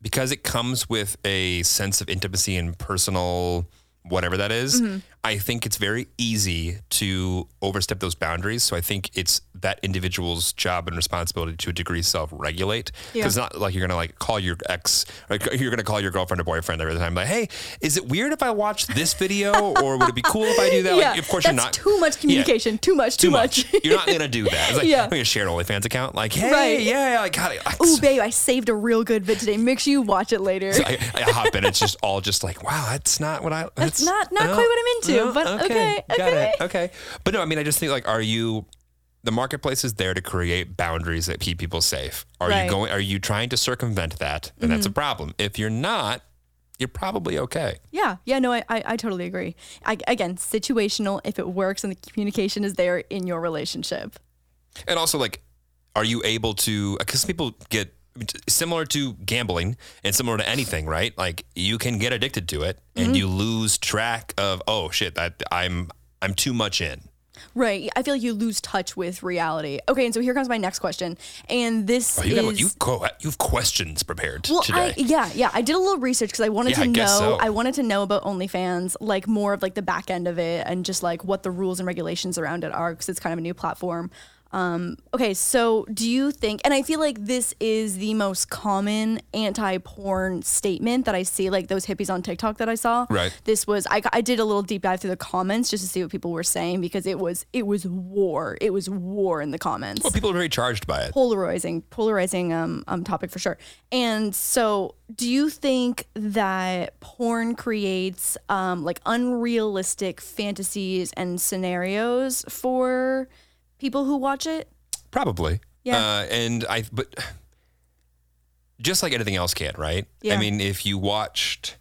Speaker 3: because it comes with a sense of intimacy and personal whatever that is,
Speaker 4: Mm-hmm.
Speaker 3: I think it's very easy to overstep those boundaries. So I think it's that individual's job and responsibility to a degree self-regulate. Because
Speaker 4: Yeah.
Speaker 3: it's not like you're gonna like call your ex, like you're gonna call your girlfriend or boyfriend every time, like, hey, is it weird if I watch this video, or would it be cool if I do that? like, of course
Speaker 4: that's
Speaker 3: you're not.
Speaker 4: too much
Speaker 3: Yeah
Speaker 4: communication, too much, too, much.
Speaker 3: You're not gonna do that. It's like
Speaker 4: Yeah.
Speaker 3: I'm gonna share an OnlyFans account. Like, hey,
Speaker 4: Right.
Speaker 3: yeah, yeah, I got it. I,
Speaker 4: Ooh, babe, I saved a real good vid today. Make sure you watch it later.
Speaker 3: I, I hop in. It's just all just like, wow, that's not what I.
Speaker 4: That's not- not quite what I'm into, but okay,
Speaker 3: got
Speaker 4: okay.
Speaker 3: it, okay. But no, I mean, I just think like, are you? The marketplace is there to create boundaries that keep people safe. Are you
Speaker 4: Right. Mm-hmm.
Speaker 3: going? Are you trying to circumvent that? Then that's a problem. If you're not, you're probably okay.
Speaker 4: Yeah, yeah, no, I, I, I totally agree. I, again, situational if it works and the communication is there in your relationship.
Speaker 3: And also, like, are you able to? Because people get similar to gambling and similar to anything, right? Like, you can get addicted to it,
Speaker 4: Mm-hmm.
Speaker 3: and you lose track of, oh shit, that I'm I'm too much in.
Speaker 4: Right. I feel like you lose touch with reality. Okay, and so here comes my next question. And this
Speaker 3: Oh, you
Speaker 4: is
Speaker 3: got you co- you've questions prepared
Speaker 4: well,
Speaker 3: today.
Speaker 4: I, yeah, yeah. I did a little research because I wanted
Speaker 3: Yeah,
Speaker 4: to
Speaker 3: I
Speaker 4: know.
Speaker 3: guess so.
Speaker 4: I wanted to know about OnlyFans, like more of like the back end of it, and just like what the rules and regulations around it are, because it's kind of a new platform. Um, okay, so do you think? And I feel like this is the most common anti-porn statement that I see, like those hippies on TikTok that I saw.
Speaker 3: Right.
Speaker 4: This was I, I did a little deep dive through the comments just to see what people were saying because it was it was war. It was war in the comments
Speaker 3: well, people are very charged by it.
Speaker 4: polarizing polarizing um, um topic for sure and so do you think that porn creates um like unrealistic fantasies and scenarios for people who watch it
Speaker 3: Probably.
Speaker 4: Yeah.
Speaker 3: Uh, and I, but just like anything else can, right? I
Speaker 4: Yeah.
Speaker 3: mean, if you watched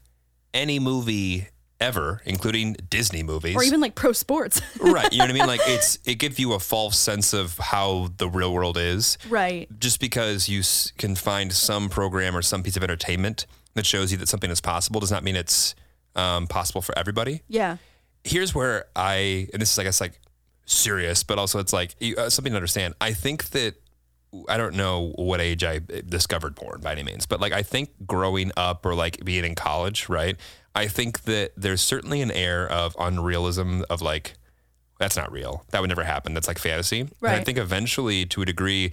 Speaker 3: any movie ever, including Disney movies,
Speaker 4: or even like pro sports
Speaker 3: right you know what i mean like it's it gives you a false sense of how the real world is
Speaker 4: right
Speaker 3: just because you s- can find some program or some piece of entertainment that shows you that something is possible does not mean it's um, possible for everybody
Speaker 4: yeah
Speaker 3: here's where i and this is i guess like serious but also it's like you- uh, something to understand i think that i don't know what age i discovered porn by any means but like i think growing up or like being in college right i think that there's certainly an air of unrealism of like that's not real. That would never happen. That's like fantasy. And I
Speaker 4: Right.
Speaker 3: think eventually, to a degree,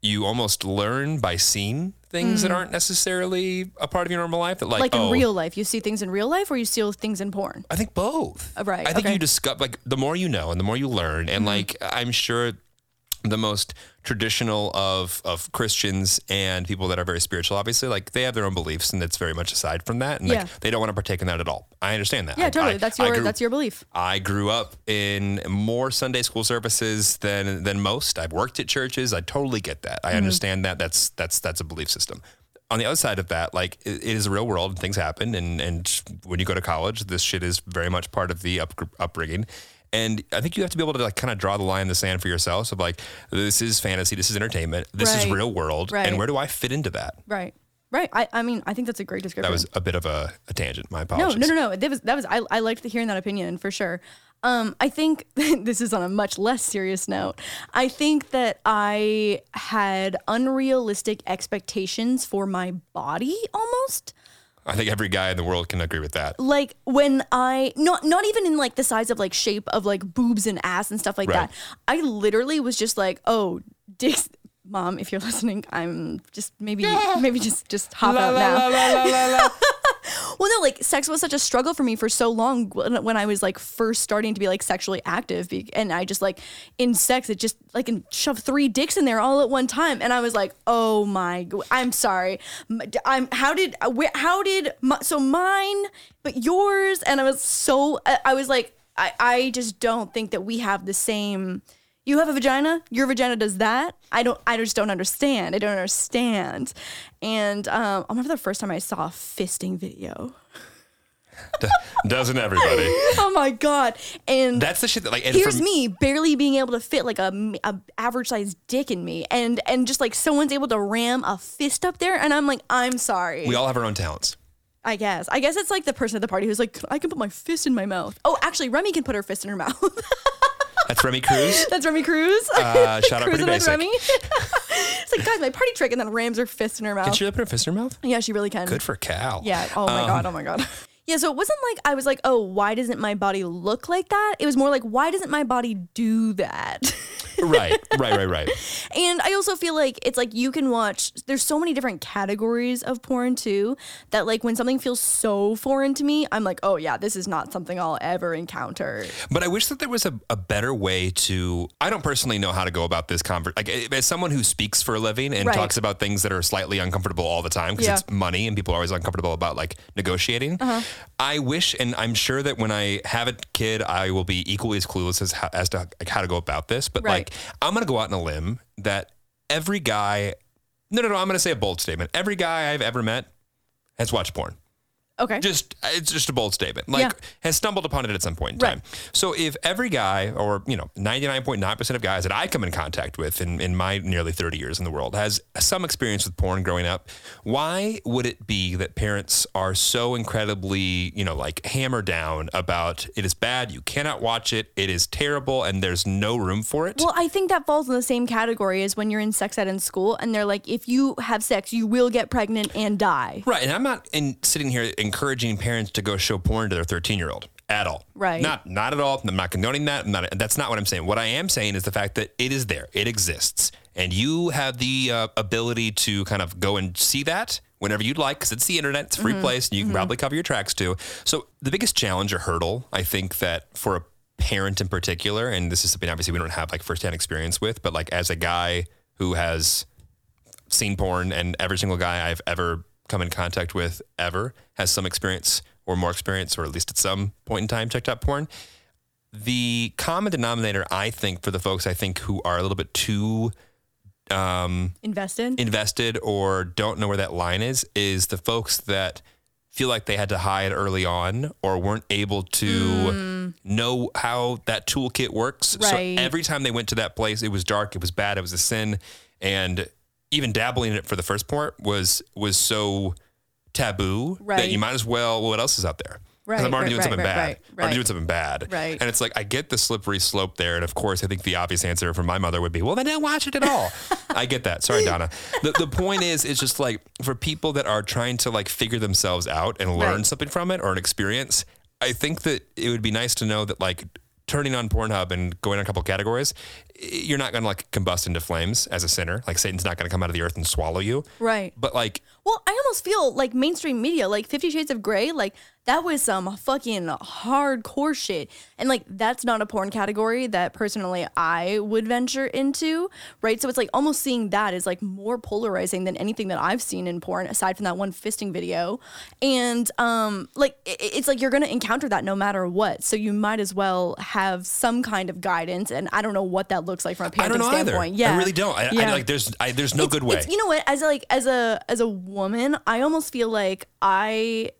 Speaker 3: you almost learn by seeing things that aren't necessarily a part of your normal life. That like,
Speaker 4: Mm. Like in
Speaker 3: oh,
Speaker 4: real life, you see things in real life or you see things in porn.
Speaker 3: I think both.
Speaker 4: Uh, right,
Speaker 3: I think
Speaker 4: okay. Mm-hmm.
Speaker 3: you discover like the more you know and the more you learn, and like I'm sure the most traditional of of Christians and people that are very spiritual, obviously, like they have their own beliefs, and that's very much aside from that, and
Speaker 4: Yeah.
Speaker 3: like they don't want to partake in that at all. I understand that.
Speaker 4: Yeah,
Speaker 3: I-
Speaker 4: totally.
Speaker 3: I-
Speaker 4: that's
Speaker 3: I
Speaker 4: your
Speaker 3: grew-
Speaker 4: that's your belief.
Speaker 3: I grew up in more Sunday school services than than most. I've worked at churches. I totally get that.
Speaker 4: Mm-hmm.
Speaker 3: I understand that. That's that's that's a belief system. On the other side of that, like it, it is a real world. and Things happen, and and when you go to college, this shit is very much part of the up, upbringing. And I think you have to be able to like kind of draw the line in the sand for yourself. Of like, this is fantasy. This is entertainment. This is
Speaker 4: Right.
Speaker 3: real world.
Speaker 4: Right.
Speaker 3: And where do I fit into that?
Speaker 4: Right. Right. I, I mean, I think that's a great description.
Speaker 3: That was a bit of a, a tangent. My
Speaker 4: No,
Speaker 3: apologies.
Speaker 4: no, no, no. That was that was. I, I liked hearing that opinion for sure. Um, I think this is on a much less serious note. I think that I had unrealistic expectations for my body almost
Speaker 3: I think every guy in the world can agree with that.
Speaker 4: like when I not not even in like the size of like shape of like boobs and ass and stuff like
Speaker 3: Right.
Speaker 4: that. I literally was just like, oh, dicks. Mom, if you're listening, I'm just maybe maybe just just hop out now. well, no, like sex was such a struggle for me for so long when, when I was like first starting to be like sexually active, be, and I just like in sex it just like and shove three dicks in there all at one time, and I was like, oh my, g- I'm sorry, M- d- I'm how did uh, where, how did my, so mine but yours, and I was so I, I was like I I just don't think that we have the same. You have a vagina. Your vagina does that. I don't. I just don't understand. I don't understand. And um, I remember the first time I saw a fisting video.
Speaker 3: Doesn't everybody?
Speaker 4: oh my god! And
Speaker 3: That's the shit that like. And
Speaker 4: here's
Speaker 3: for,
Speaker 4: me barely being able to fit like a, m- a average sized dick in me, and and just like someone's able to ram a fist up there, and I'm like, I'm sorry.
Speaker 3: We all have our own talents.
Speaker 4: I guess. I guess it's like the person at the party who's like, I can put my fist in my mouth. Oh, actually, Remy can put her fist in her mouth.
Speaker 3: That's Remy Cruz.
Speaker 4: That's Remy Cruz.
Speaker 3: Uh, shout out
Speaker 4: Cruz
Speaker 3: pretty
Speaker 4: and that's
Speaker 3: basic.
Speaker 4: Remy. it's like, guys, my party trick, and then rams her fist in her mouth.
Speaker 3: Did she open her fist in her mouth?
Speaker 4: yeah, she really can.
Speaker 3: Good for Um, Cal.
Speaker 4: Yeah. Oh my god. Oh my god. Yeah. So it wasn't like I was like, oh, why doesn't my body look like that? It was more like, why doesn't my body do that?
Speaker 3: Right. Right. Right. Right.
Speaker 4: and I also feel like it's like you can watch. There's so many different categories of porn too that like when something feels so foreign to me, I'm like, oh yeah, this is not something I'll ever encounter.
Speaker 3: But I wish that there was a, a better way to. I don't personally know how to go about this conversation. Like, as someone who speaks for a living and
Speaker 4: Right.
Speaker 3: talks about things that are slightly uncomfortable all the time because
Speaker 4: Yeah. Uh-huh.
Speaker 3: it's money and people are always uncomfortable about like negotiating. I wish, and I'm sure that when I have a kid, I will be equally as clueless as, ho- as to like, how to go about this. But
Speaker 4: Right.
Speaker 3: like, I'm going to go out on a limb that every guy. No, no, no. I'm going to say a bold statement. Every guy I've ever met has watched porn
Speaker 4: Okay.
Speaker 3: just it's just a bold statement like
Speaker 4: Yeah.
Speaker 3: has stumbled upon it at some point in
Speaker 4: Right.
Speaker 3: time so if every guy or you know 99.9% of guys that i come in contact with in, in my nearly 30 years in the world has some experience with porn growing up why would it be that parents are so incredibly you know like hammer down about it is bad you cannot watch it it is terrible and there's no room for it
Speaker 4: Well, I think that falls in the same category as when you're in sex ed in school, and they're like, if you have sex, you will get pregnant and die.
Speaker 3: Right, and I'm not in sitting here encouraging parents to go show porn to their 13 year old at all.
Speaker 4: Right.
Speaker 3: Not not at all. I'm not condoning that. I'm not. That's not what I'm saying. What I am saying is the fact that it is there. It exists, and you have the uh, ability to kind of go and see that whenever you'd like because it's the internet. It's a free place, and you can probably cover your tracks too. So the biggest challenge or hurdle I think that for a parent in particular, and this is something obviously we don't have like firsthand experience with, but like as a guy who has seen porn and every single guy I've ever come in contact with ever has some experience or more experience or at least at some point in time checked out porn. The common denominator I think for the folks I think who are a little bit too um
Speaker 4: Invested?
Speaker 3: invested or don't know where that line is is the folks that feel like they had to hide early on or weren't able to know how that toolkit works.
Speaker 4: Mm. Right.
Speaker 3: So every time they went to that place, it was dark, it was bad, it was a sin, and even dabbling in it for the first part was was so taboo that
Speaker 4: Right.
Speaker 3: you might as well. Well, what else is out there? 'Cause
Speaker 4: Right,
Speaker 3: I'm already
Speaker 4: right,
Speaker 3: doing
Speaker 4: right,
Speaker 3: something
Speaker 4: right,
Speaker 3: bad.
Speaker 4: right,
Speaker 3: I'm already
Speaker 4: right.
Speaker 3: doing something bad.
Speaker 4: Right.
Speaker 3: And it's like I get the slippery slope there, and of course, I think the obvious answer from my mother would be, "Well, then don't watch it at all." I get that. Sorry, Donna. The, the point is, it's just like for people that are trying to like figure themselves out and learn
Speaker 4: Right.
Speaker 3: something from it or an experience. I think that it would be nice to know that like turning on Pornhub and going on a couple categories, you're not going to like combust into flames as a sinner. Like Satan's not going to come out of the earth and swallow you.
Speaker 4: Right.
Speaker 3: But like,
Speaker 4: Well, I almost feel like mainstream media, like Fifty Shades of Grey, like that was some fucking hardcore shit. And like that's not a porn category that personally I would venture into, right? So it's like almost seeing that is like more polarizing than anything that I've seen in porn, aside from that one fisting video. And um, like i- i- it's like you're gonna encounter that no matter what. So you might as well have some kind of guidance. And I don't know what that looks like from a parenting
Speaker 3: I don't know either.
Speaker 4: standpoint. Yeah,
Speaker 3: I really don't. I, I
Speaker 4: Yeah
Speaker 3: like there's I, there's no
Speaker 4: it's-
Speaker 3: good way.
Speaker 4: it's- you know what? As a, like as a as a woman, I almost feel like I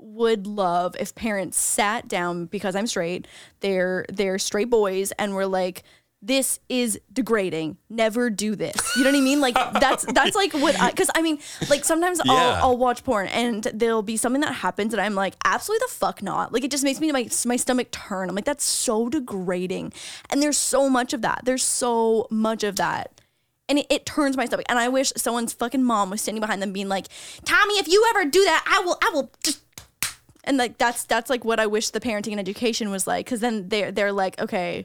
Speaker 4: would love if parents sat down because I'm straight. They're they're straight boys and were like. This is degrading. Never do this. You know what I mean? Like that's that's like what I because I mean like sometimes
Speaker 3: Yeah.
Speaker 4: I'll, I'll watch porn and there'll be something that happens and I'm like absolutely the fuck not. Like it just makes me my my stomach turn. I'm like that's so degrading. And there's so much of that. There's so much of that and it, it turns my stomach. And I wish someone's fucking mom was standing behind them, being like, "Tommy, if you ever do that, I will, I will." Just. And like that's that's like what I wish the parenting and education was like, because then they're they're like, okay,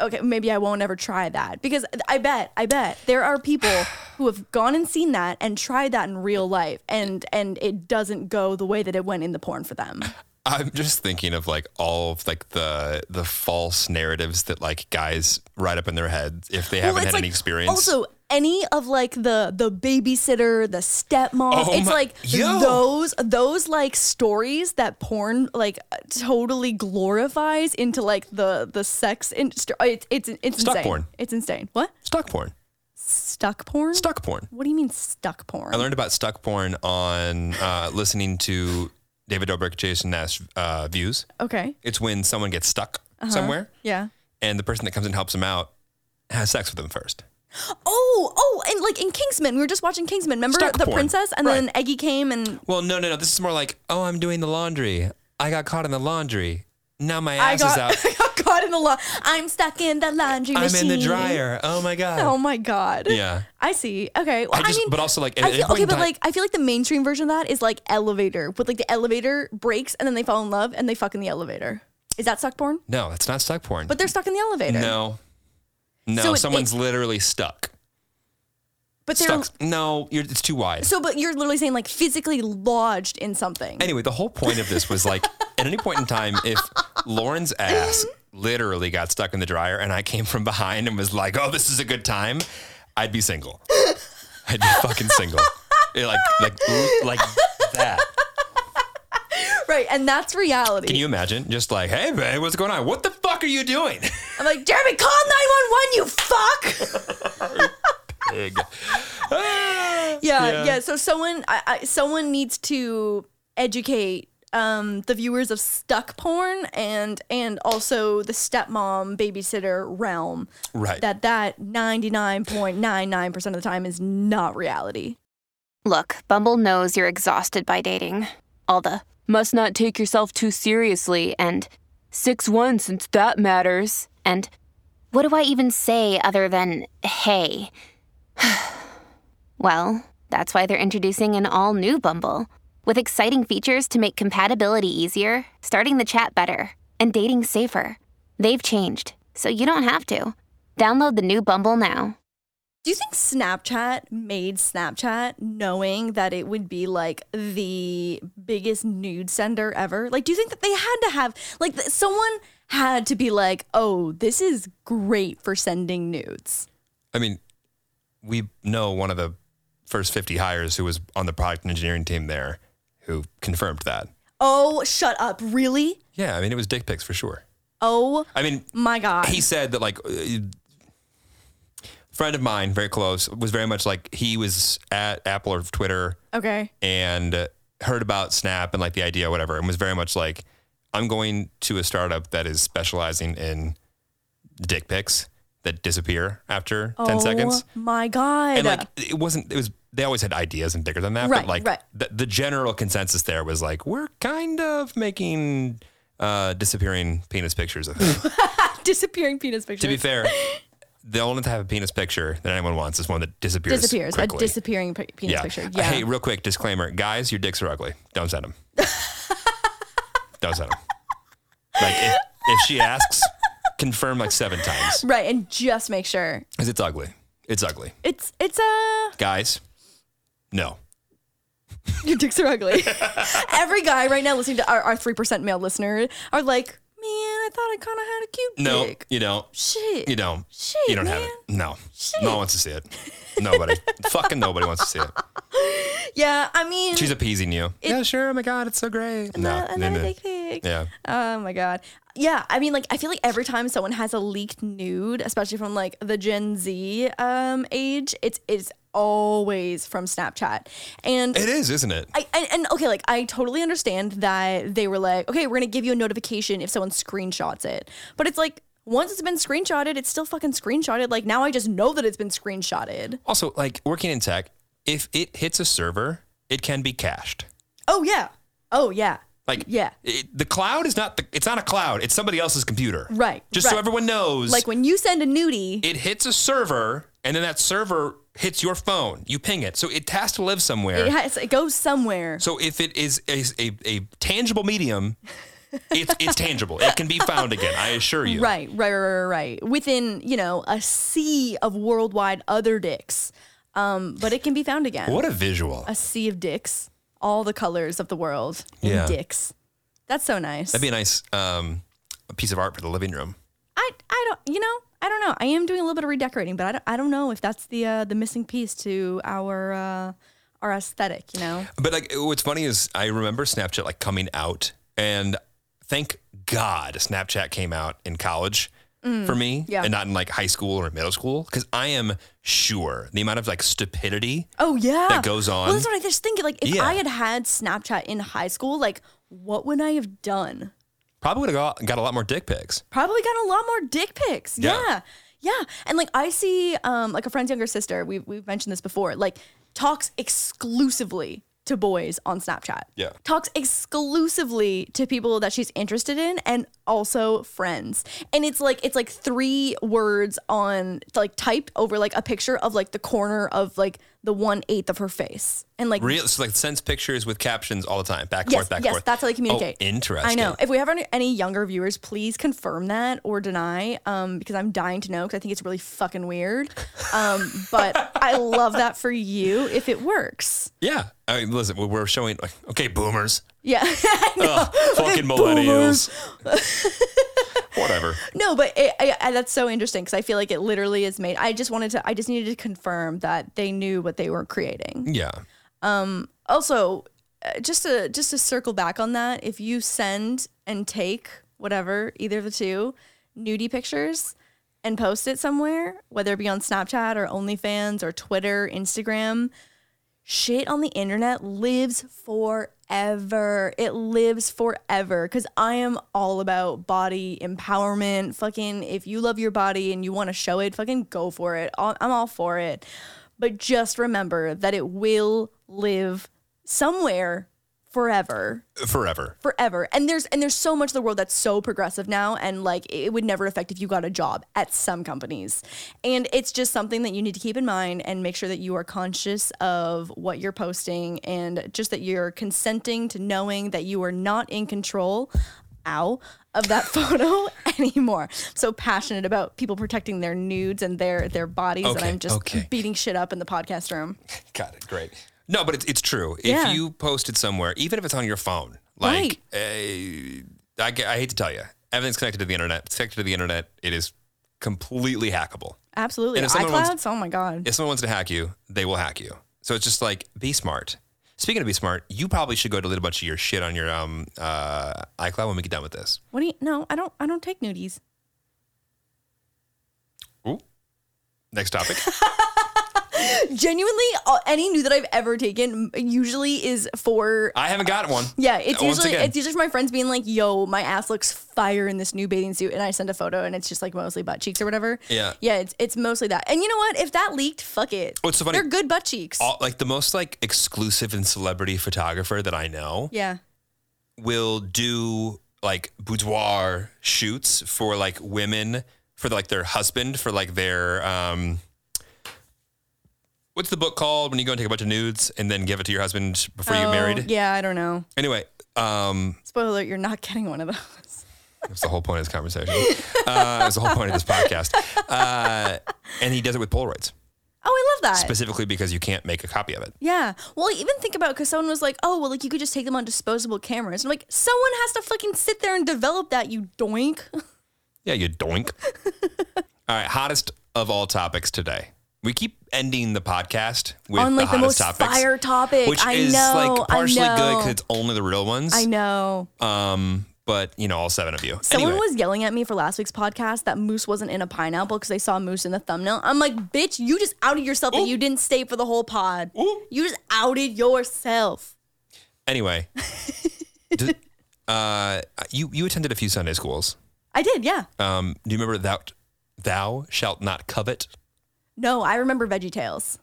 Speaker 4: okay, maybe I won't ever try that. Because I bet, I bet there are people who have gone and seen that and tried that in real life, and and it doesn't go the way that it went in the porn for them.
Speaker 3: I'm just thinking of like all of like the the false narratives that like guys write up in their head if they haven't
Speaker 4: it's
Speaker 3: had
Speaker 4: like,
Speaker 3: any experience.
Speaker 4: Also, any of like the the babysitter, the stepmom,
Speaker 3: Oh
Speaker 4: it's
Speaker 3: my-
Speaker 4: like
Speaker 3: Yo.
Speaker 4: those those like stories that porn like totally glorifies into like the the sex industry. It's it's it's
Speaker 3: Stuck
Speaker 4: insane.
Speaker 3: porn.
Speaker 4: It's insane. What
Speaker 3: stuck porn.
Speaker 4: stuck porn?
Speaker 3: Stuck porn.
Speaker 4: What do you mean stuck porn?
Speaker 3: I learned about stuck porn on uh, listening to David Dobrik, Jason Nash uh, views.
Speaker 4: okay.
Speaker 3: It's when someone gets stuck
Speaker 4: Uh-huh.
Speaker 3: somewhere
Speaker 4: Yeah.
Speaker 3: and the person that comes and helps them out has sex with them first.
Speaker 4: Oh, oh, and like in Kingsman, we were just watching Kingsman. Remember
Speaker 3: Stuck
Speaker 4: the
Speaker 3: porn.
Speaker 4: princess, and
Speaker 3: Right.
Speaker 4: then Eggy came and
Speaker 3: Well, no, no, no. This is more like, oh, I'm doing the laundry. I got caught in the laundry. Now my
Speaker 4: I
Speaker 3: ass
Speaker 4: got,
Speaker 3: is out.
Speaker 4: I got caught in the law. I'm stuck in the laundry
Speaker 3: I'm
Speaker 4: machine.
Speaker 3: in the dryer. Oh my god.
Speaker 4: Oh my god.
Speaker 3: Yeah.
Speaker 4: I see. Okay. Well, I,
Speaker 3: I just-
Speaker 4: mean,
Speaker 3: but also, like, at
Speaker 4: I
Speaker 3: any
Speaker 4: feel,
Speaker 3: point
Speaker 4: okay,
Speaker 3: in
Speaker 4: but
Speaker 3: time-
Speaker 4: like, I feel like the mainstream version of that is like elevator, with like the elevator breaks and then they fall in love and they fuck in the elevator. Is that suck porn?
Speaker 3: No, it's not stuck porn.
Speaker 4: But they're stuck in the elevator.
Speaker 3: No. No,
Speaker 4: So it-
Speaker 3: someone's
Speaker 4: it-
Speaker 3: literally stuck.
Speaker 4: but they're
Speaker 3: Stuck. No, you're, it's too wide.
Speaker 4: so. But you're literally saying like physically lodged in something.
Speaker 3: anyway, the whole point of this was like, at any point in time, if Lauren's ass literally got stuck in the dryer and I came from behind and was like, oh, this is a good time, I'd be single. I'd be fucking single. Yeah, like, like, like that.
Speaker 4: right, and that's reality.
Speaker 3: Can you imagine? Just like, hey, babe, what's going on? What the fuck are you doing?
Speaker 4: I'm like, Jeremy, call nine one one. You fuck.
Speaker 3: Pig. Ah.
Speaker 4: yeah,
Speaker 3: Yeah.
Speaker 4: yeah, So someone, I, I, someone needs to educate um, the viewers of stuck porn and and also the stepmom babysitter realm.
Speaker 3: Right.
Speaker 4: That that ninety nine point nine nine percent of the time is not reality.
Speaker 7: Look, Bumble knows you're exhausted by dating. All the must not take yourself too seriously and 6 1 since that matters. And what do I even say other than hey? well, that's why they're introducing an all new Bumble with exciting features to make compatibility easier, starting the chat better, and dating safer. They've changed, so you don't have to. Download the new Bumble now.
Speaker 4: Do you think Snapchat made Snapchat knowing that it would be like the biggest nude sender ever? Like, do you think that they had to have, like, that someone had to be like, oh, this is great for sending nudes?
Speaker 3: I mean, we know one of the first 50 hires who was on the product and engineering team there who confirmed that.
Speaker 4: Oh, shut up. Really?
Speaker 3: Yeah, I mean, it was dick pics for sure.
Speaker 4: Oh
Speaker 3: I mean,
Speaker 4: my God.
Speaker 3: he said that like a friend of mine, very close, was very much like he was at Apple or Twitter
Speaker 4: okay.
Speaker 3: and heard about Snap and like the idea, or whatever, and was very much like, I'm going to a startup that is specializing in dick pics that disappear after 10
Speaker 4: oh,
Speaker 3: seconds.
Speaker 4: my God.
Speaker 3: And like it wasn't, it was, they always had ideas and bigger than that.
Speaker 4: Right,
Speaker 3: but like
Speaker 4: right.
Speaker 3: the, the general consensus there was like, we're kind of making uh, disappearing penis pictures a thing.
Speaker 4: Disappearing penis picture.
Speaker 3: to be fair, the only type of penis picture that anyone wants is one that disappears.
Speaker 4: Disappears.
Speaker 3: Quickly.
Speaker 4: A disappearing pe- penis
Speaker 3: yeah.
Speaker 4: picture. Yeah.
Speaker 3: Hey, real quick disclaimer, guys, your dicks are ugly. Don't send them. Don't send them. Like if, if she asks, confirm like seven times
Speaker 4: Right, and just make sure
Speaker 3: because it's ugly. It's ugly,
Speaker 4: it's it's uh
Speaker 3: guys. No,
Speaker 4: your dicks are ugly. Every guy right now listening to our our three percent male listener are like, man, I thought I kind of had a cute
Speaker 3: no,
Speaker 4: dick.
Speaker 3: you don't.
Speaker 4: Shit,
Speaker 3: You don't.
Speaker 4: Shit,
Speaker 3: you don't have
Speaker 4: man.
Speaker 3: it. No, no one wants to see it. Nobody, fucking nobody wants to see it.
Speaker 4: yeah, I mean,
Speaker 3: She's appeasing you. yeah, sure. Oh my god, it's so great. No,
Speaker 4: another
Speaker 3: no, no.
Speaker 4: dick pic.
Speaker 3: yeah.
Speaker 4: Oh my god. Yeah, I mean, like, I feel like every time someone has a leaked nude, especially from like the Gen Z um, age, it's it's always from Snapchat, and
Speaker 3: It is, isn't it?
Speaker 4: I and, and okay, like I totally understand that they were like, okay, we're gonna give you a notification if someone screenshots it, but it's like once it's been screenshotted, it's still fucking screenshotted. Like now, I just know that it's been screenshotted.
Speaker 3: Also, like working in tech, if it hits a server, it can be cached.
Speaker 4: Oh yeah. Oh yeah.
Speaker 3: Like
Speaker 4: Yeah.
Speaker 3: it, the cloud is not the, it's not a cloud. It's somebody else's computer.
Speaker 4: Right,
Speaker 3: Just so
Speaker 4: right.
Speaker 3: everyone knows,
Speaker 4: Like when you send a nudie,
Speaker 3: it hits a server, and then that server hits your phone. You ping it, so it has to live somewhere.
Speaker 4: it has it goes somewhere.
Speaker 3: so if it is a a, a tangible medium, it's it's tangible. It can be found again. I assure you.
Speaker 4: Right, right, right, right, right. Within, you know, a sea of worldwide other dicks. Um, but it can be found again.
Speaker 3: What a visual.
Speaker 4: A sea of dicks. All the colors of the world. in
Speaker 3: Yeah.
Speaker 4: Dicks. That's so nice.
Speaker 3: That'd be a nice um, piece of art for the living room.
Speaker 4: I, I don't, you know, I don't know. I am doing a little bit of redecorating, but I don't, I don't know if that's the, uh, the missing piece to our, uh, our aesthetic, you know?
Speaker 3: But like, what's funny is I remember Snapchat like coming out, and thank God Snapchat came out in college for me,
Speaker 4: Mm. yeah.
Speaker 3: and not in like high school or middle school, because I am sure the amount of like stupidity.
Speaker 4: Oh yeah,
Speaker 3: that goes
Speaker 4: Well,
Speaker 3: on.
Speaker 4: that's what I just think. Like, if
Speaker 3: Yeah.
Speaker 4: I had had Snapchat in high school, like, what would I have done?
Speaker 3: Probably would have got, got a lot more dick pics.
Speaker 4: probably got a lot more dick pics.
Speaker 3: Yeah.
Speaker 4: Yeah. yeah. And like I see um like a friend's younger sister, we've we've mentioned this before, like talks exclusively to boys on Snapchat.
Speaker 3: Yeah.
Speaker 4: Talks exclusively to people that she's interested in and also friends. And it's like it's like three words on like typed over like a picture of like the corner of like the one eighth of her face. And like
Speaker 3: Real, so like sends pictures with captions all the time, back and
Speaker 4: Yes,
Speaker 3: forth, back and
Speaker 4: yes,
Speaker 3: forth.
Speaker 4: that's how they communicate.
Speaker 3: Oh, interesting.
Speaker 4: I know. If we have any, any younger viewers, please confirm that or deny, um, because I'm dying to know because I think it's really fucking weird. Um, but I love that for you if it works.
Speaker 3: Yeah, I mean, listen, we're- we're showing like, okay, boomers,
Speaker 4: Yeah.
Speaker 3: Ugh, fucking millennials, whatever.
Speaker 4: no, but it, I, I, that's so interesting because I feel like it literally is made. I just wanted to. I just needed to confirm that they knew what they were creating.
Speaker 3: Yeah,
Speaker 4: Also, uh, just to just to circle back on that, if you send and take whatever either of the two nudie pictures and post it somewhere, whether it be on Snapchat or OnlyFans or Twitter, Instagram, shit on the internet lives forever. It lives forever cuz I am all about body empowerment. Fucking if you love your body and you want to show it, fucking go for it. All- I'm all for it. But just remember that it will live somewhere forever
Speaker 3: forever.
Speaker 4: forever. And there's and there's so much of the world that's so progressive now and like it would never affect if you got a job at some companies. And it's just something that you need to keep in mind and make sure that you are conscious of what you're posting and just that you're consenting to knowing that you are not in control ow of that photo anymore. So passionate about people protecting their nudes and their their bodies and
Speaker 3: Okay,
Speaker 4: I'm just
Speaker 3: okay.
Speaker 4: beating shit up in the podcast room.
Speaker 3: Got it. Great. No, but it's, it's true. If
Speaker 4: Yeah.
Speaker 3: you post it somewhere, even if it's on your phone, like, uh, I, ge- I hate to tell you, everything's connected to the internet. It's connected to the internet. It is completely hackable.
Speaker 4: Absolutely.
Speaker 3: And if someone wants-
Speaker 4: iClouds? Oh my god.
Speaker 3: If someone wants to hack you, they will hack you. So it's just like, be smart. Speaking of be smart, you probably should go delete a bunch of your shit on your um, uh, iCloud when we get done with this.
Speaker 4: What do you No, I don't I don't take nudies.
Speaker 3: Ooh. Next topic.
Speaker 4: genuinely uh, any nude that I've ever taken m- usually is for
Speaker 3: I haven't got one. Uh,
Speaker 4: yeah, it's
Speaker 3: Once
Speaker 4: usually
Speaker 3: again.
Speaker 4: it's usually for my friends being like, "Yo, my ass looks fire in this new bathing suit," and I send a photo, and it's just like mostly butt cheeks or whatever.
Speaker 3: Yeah.
Speaker 4: yeah, it's it's mostly that. And you know what? If that leaked, fuck it.
Speaker 3: What's so funny-
Speaker 4: They're good butt cheeks.
Speaker 3: All, like the most like exclusive and celebrity photographer that I know.
Speaker 4: yeah,
Speaker 3: will do like boudoir shoots for like women for like their husband for like their um what's the book called when you go and take a bunch of nudes and then give it to your husband before you get
Speaker 4: Oh,
Speaker 3: married
Speaker 4: Yeah, I don't know.
Speaker 3: anyway um
Speaker 4: Spoiler: alert, You're not getting one of those.
Speaker 3: That's the whole point of this conversation. Uh, that's the whole point of this podcast. Uh, and he does it with Polaroids,
Speaker 4: Oh, I love that.
Speaker 3: specifically because you can't make a copy of it.
Speaker 4: yeah. Well, even think about because someone was like, "Oh, well, like you could just take them on disposable cameras." I'm like, someone has to fucking sit there and develop that. You doink.
Speaker 3: Yeah, you doink. all right, hottest of all topics today. We keep ending the podcast with
Speaker 4: On, like,
Speaker 3: the
Speaker 4: the
Speaker 3: hottest
Speaker 4: most
Speaker 3: topics,
Speaker 4: fire topic.
Speaker 3: which
Speaker 4: I
Speaker 3: is
Speaker 4: know,
Speaker 3: like
Speaker 4: I
Speaker 3: partially good
Speaker 4: know.
Speaker 3: because it's only the real ones.
Speaker 4: I know.
Speaker 3: Um, but you know, all seven of you.
Speaker 4: Someone
Speaker 3: anyway,
Speaker 4: was yelling at me for last week's podcast that Moose wasn't in a pineapple because they saw Moose in the thumbnail. I'm like, bitch, you just outed yourself that you didn't stay for the whole pod. You just outed yourself.
Speaker 3: anyway. d- uh, you you attended a few Sunday schools.
Speaker 4: I did, yeah.
Speaker 3: Um, do you remember that thou shalt not covet?
Speaker 4: No, I remember Veggie Tales.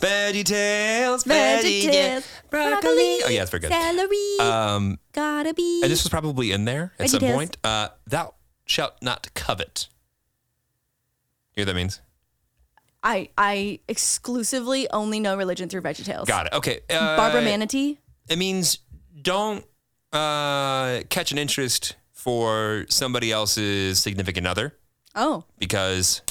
Speaker 3: Veggie tales,
Speaker 4: Veggie
Speaker 3: veggie
Speaker 4: Tales,
Speaker 3: tales, broccoli. Oh yeah, it's very good.
Speaker 4: Celery,
Speaker 3: Um,
Speaker 4: gotta be.
Speaker 3: and this was probably in there at
Speaker 4: Veggie
Speaker 3: some
Speaker 4: tales.
Speaker 3: point. Uh, thou shalt not covet. You know what that means?
Speaker 4: I I exclusively only know religion through Veggie Tales.
Speaker 3: Got it. Okay. Uh,
Speaker 4: Barbara Manatee.
Speaker 3: It means don't uh, catch an interest for somebody else's significant other.
Speaker 4: Oh,
Speaker 3: because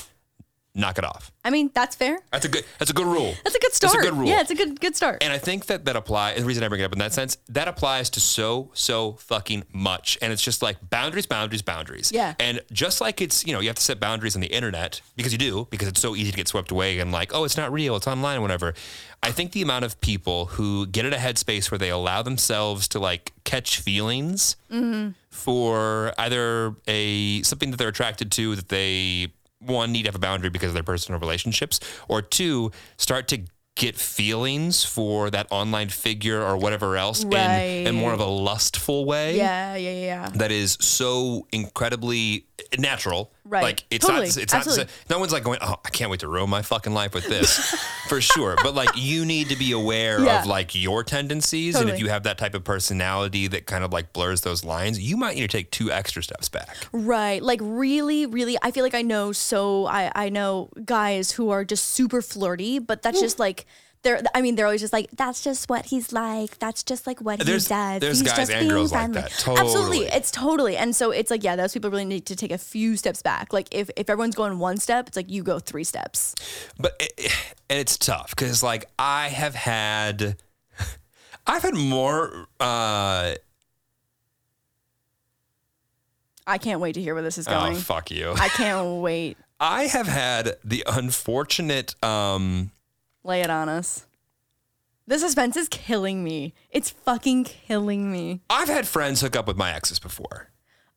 Speaker 3: knock it off.
Speaker 4: I mean that's fair.
Speaker 3: That's a good. That's a good rule.
Speaker 4: That's a good start.
Speaker 3: That's a good rule.
Speaker 4: Yeah, it's a good good start.
Speaker 3: and I think that that applies. The reason I bring it up in that sense, that applies to so so fucking much. And it's just like boundaries, boundaries, boundaries.
Speaker 4: Yeah.
Speaker 3: And just like it's you know you have to set boundaries on the internet because you do because it's so easy to get swept away and like oh it's not real it's online whatever. I think the amount of people who get in a headspace where they allow themselves to like catch feelings for either a something that they're attracted to that they one need to have a boundary because of their personal relationships, or two start to get feelings for that online figure or whatever else in, in more of a lustful way.
Speaker 4: yeah, yeah, yeah.
Speaker 3: That is so incredibly natural.
Speaker 4: Right.
Speaker 3: Like it's
Speaker 4: Totally.
Speaker 3: not. It's
Speaker 4: Absolutely.
Speaker 3: not. No one's like going. Oh, I can't wait to ruin my fucking life with this, for sure. But like, you need to be aware
Speaker 4: Yeah.
Speaker 3: of like your tendencies, and
Speaker 4: Totally.
Speaker 3: if you have that type of personality that kind of like blurs those lines, you might need to take two extra steps back.
Speaker 4: Right. Like really, really I feel like I know so I I know guys who are just super flirty, but that's just like they're I mean they're always just like that's just what he's like. That's just like what
Speaker 3: There's-
Speaker 4: he does.
Speaker 3: there's
Speaker 4: he's
Speaker 3: guys
Speaker 4: just
Speaker 3: and
Speaker 4: being
Speaker 3: girls like
Speaker 4: friendly."
Speaker 3: that.
Speaker 4: Absolutely.
Speaker 3: Totally.
Speaker 4: It's totally. And so it's like yeah, those people really need to take a few steps back. Like if if everyone's going one step, it's like you go three steps.
Speaker 3: But it, and it's tough because like I have had, I've had more. uh
Speaker 4: I can't wait to hear where this is
Speaker 3: Oh
Speaker 4: going.
Speaker 3: fuck you!
Speaker 4: I can't wait.
Speaker 3: I have had the unfortunate. um
Speaker 4: Lay it on us. The suspense is killing me. It's fucking killing me.
Speaker 3: I've had friends hook up with my exes before.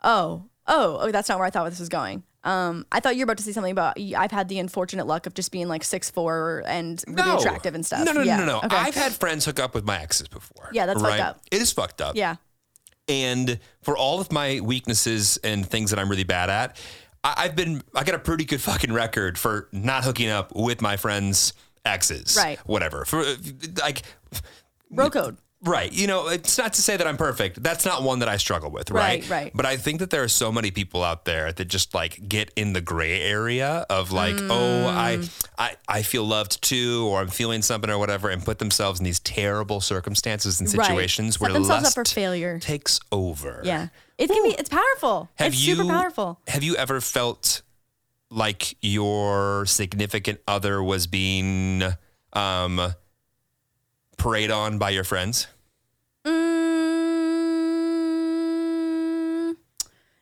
Speaker 4: Oh, oh, oh, that's not where I thought this was going. Um, I thought you were about to say something about y- I've had the unfortunate luck of just being like six four and really attractive and stuff.
Speaker 3: No, no,
Speaker 4: yeah.
Speaker 3: no, no, no.
Speaker 4: Okay.
Speaker 3: I've had friends hook up with my exes before.
Speaker 4: Yeah, that's fucked up.
Speaker 3: It is fucked up.
Speaker 4: yeah,
Speaker 3: And for all of my weaknesses and things that I'm really bad at, I, I've been I got a pretty good fucking record for not hooking up with my friends' exes.
Speaker 4: Right.
Speaker 3: Whatever. For like
Speaker 4: row code.
Speaker 3: Right. You know, it's not to say that I'm perfect. That's not one that I struggle with, right?
Speaker 4: Right, right.
Speaker 3: But I think that there are so many people out there that just like get in the gray area of like,
Speaker 4: Mm.
Speaker 3: oh, I, I I feel loved too, or I'm feeling something or whatever, and put themselves in these terrible circumstances and
Speaker 4: Right.
Speaker 3: situations
Speaker 4: Set
Speaker 3: where
Speaker 4: themselves
Speaker 3: lust
Speaker 4: up for failure.
Speaker 3: takes over.
Speaker 4: Yeah, it can be. It's powerful.
Speaker 3: Have
Speaker 4: it's
Speaker 3: you,
Speaker 4: super powerful.
Speaker 3: Have you ever felt like your significant other was being um preyed on by your friends?
Speaker 4: Mm,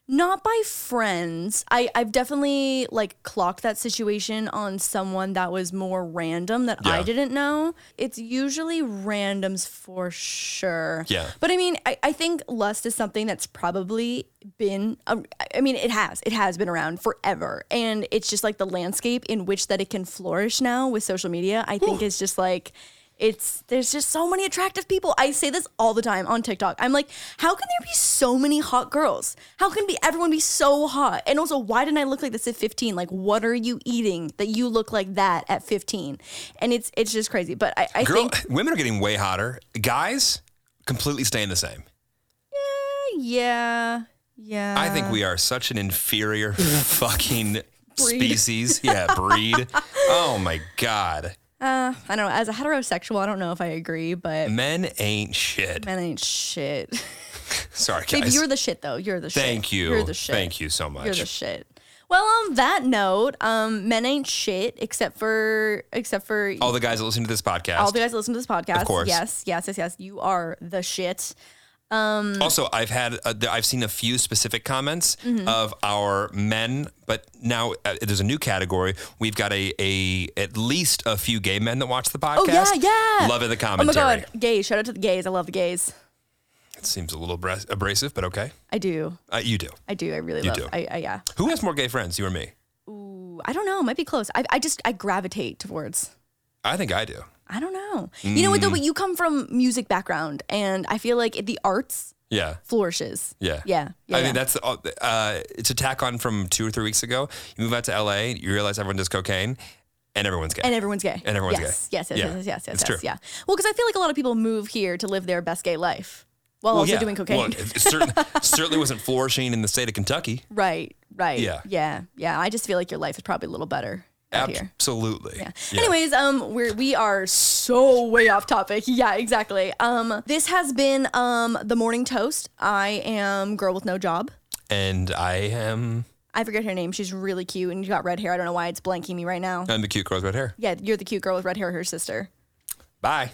Speaker 4: not by friends. I, I've definitely like clocked that situation on someone that was more random that I
Speaker 3: Yeah.
Speaker 4: didn't know. It's usually randoms for sure.
Speaker 3: Yeah.
Speaker 4: But I mean, I, I think lust is something that's probably been, um, I mean, it has, it has been around forever. And it's just like the landscape in which that it can flourish now with social media, I think is just like, it's, there's just so many attractive people. I say this all the time on TikTok. I'm like, how can there be so many hot girls? How can be everyone be so hot? And also, why didn't I look like this at 15? Like, what are you eating that you look like that at 15? And it's, it's just crazy. But I, I
Speaker 3: Girl,
Speaker 4: think,
Speaker 3: women are getting way hotter. Guys, completely staying the same.
Speaker 4: yeah, yeah.
Speaker 3: I think we are such an inferior fucking species. Yeah, breed. oh my god,
Speaker 4: Uh, I don't know. As a heterosexual, I don't know if I agree, but
Speaker 3: men ain't shit.
Speaker 4: men ain't shit.
Speaker 3: Sorry,
Speaker 4: Babe,
Speaker 3: guys.
Speaker 4: you're the shit though. You're the shit.
Speaker 3: Thank you.
Speaker 4: You're the shit.
Speaker 3: Thank you so much.
Speaker 4: You're the shit. Well, on that note, um, men ain't shit except for except for
Speaker 3: All the guys that listen to this podcast.
Speaker 4: all the guys that listen to this podcast.
Speaker 3: Of course.
Speaker 4: Yes, yes, yes, yes. You are the shit.
Speaker 3: Also, I've had uh, th- I've seen a few specific comments
Speaker 4: Mm-hmm.
Speaker 3: of our men, but now uh, there's a new category. We've got a, a at least a few gay men that watch the podcast.
Speaker 4: Oh yeah, yeah.
Speaker 3: Love it. The
Speaker 4: Oh my
Speaker 3: commentary.
Speaker 4: god, gays! Shout out to the gays. I love the gays.
Speaker 3: It seems a little bras- abrasive, but okay.
Speaker 4: I do.
Speaker 3: Uh, you do.
Speaker 4: I do. I really
Speaker 3: You
Speaker 4: love.
Speaker 3: do.
Speaker 4: I, I yeah.
Speaker 3: Who has more gay friends, you or me?
Speaker 4: Ooh, I don't know. Might be close. I I just I gravitate towards.
Speaker 3: I think I do.
Speaker 4: I don't know. You know what
Speaker 3: Mm.
Speaker 4: though? But you come from music background, and I feel like the arts
Speaker 3: Yeah.
Speaker 4: flourishes.
Speaker 3: Yeah.
Speaker 4: Yeah. yeah
Speaker 3: I mean,
Speaker 4: yeah.
Speaker 3: that's uh, uh, it's a tack on from two or three weeks ago. You move out to LA, you realize everyone does cocaine, and everyone's gay.
Speaker 4: And everyone's gay.
Speaker 3: And everyone's
Speaker 4: yes,
Speaker 3: gay.
Speaker 4: Yes, yes,
Speaker 3: Yeah.
Speaker 4: yes, yes, yes, yes.
Speaker 3: It's
Speaker 4: yes,
Speaker 3: true.
Speaker 4: Yeah. Well, because I feel like a lot of people move here to live their best gay life while
Speaker 3: Well,
Speaker 4: also
Speaker 3: yeah.
Speaker 4: doing cocaine.
Speaker 3: Well, it, it certainly, certainly wasn't flourishing in the state of Kentucky.
Speaker 4: right, right.
Speaker 3: Yeah.
Speaker 4: Yeah, yeah. I just feel like your life is probably a little better out here.
Speaker 3: Absolutely.
Speaker 4: Yeah. Anyways, um, we're we are so way off topic. Yeah, exactly. Um, this has been um the morning toast. I am girl with no job.
Speaker 3: And I am
Speaker 4: I forget her name. She's really cute and you got red hair. I don't know why it's blanking me right now.
Speaker 3: I'm the cute girl with red hair.
Speaker 4: Yeah, you're the cute girl with red hair, her sister.
Speaker 3: Bye.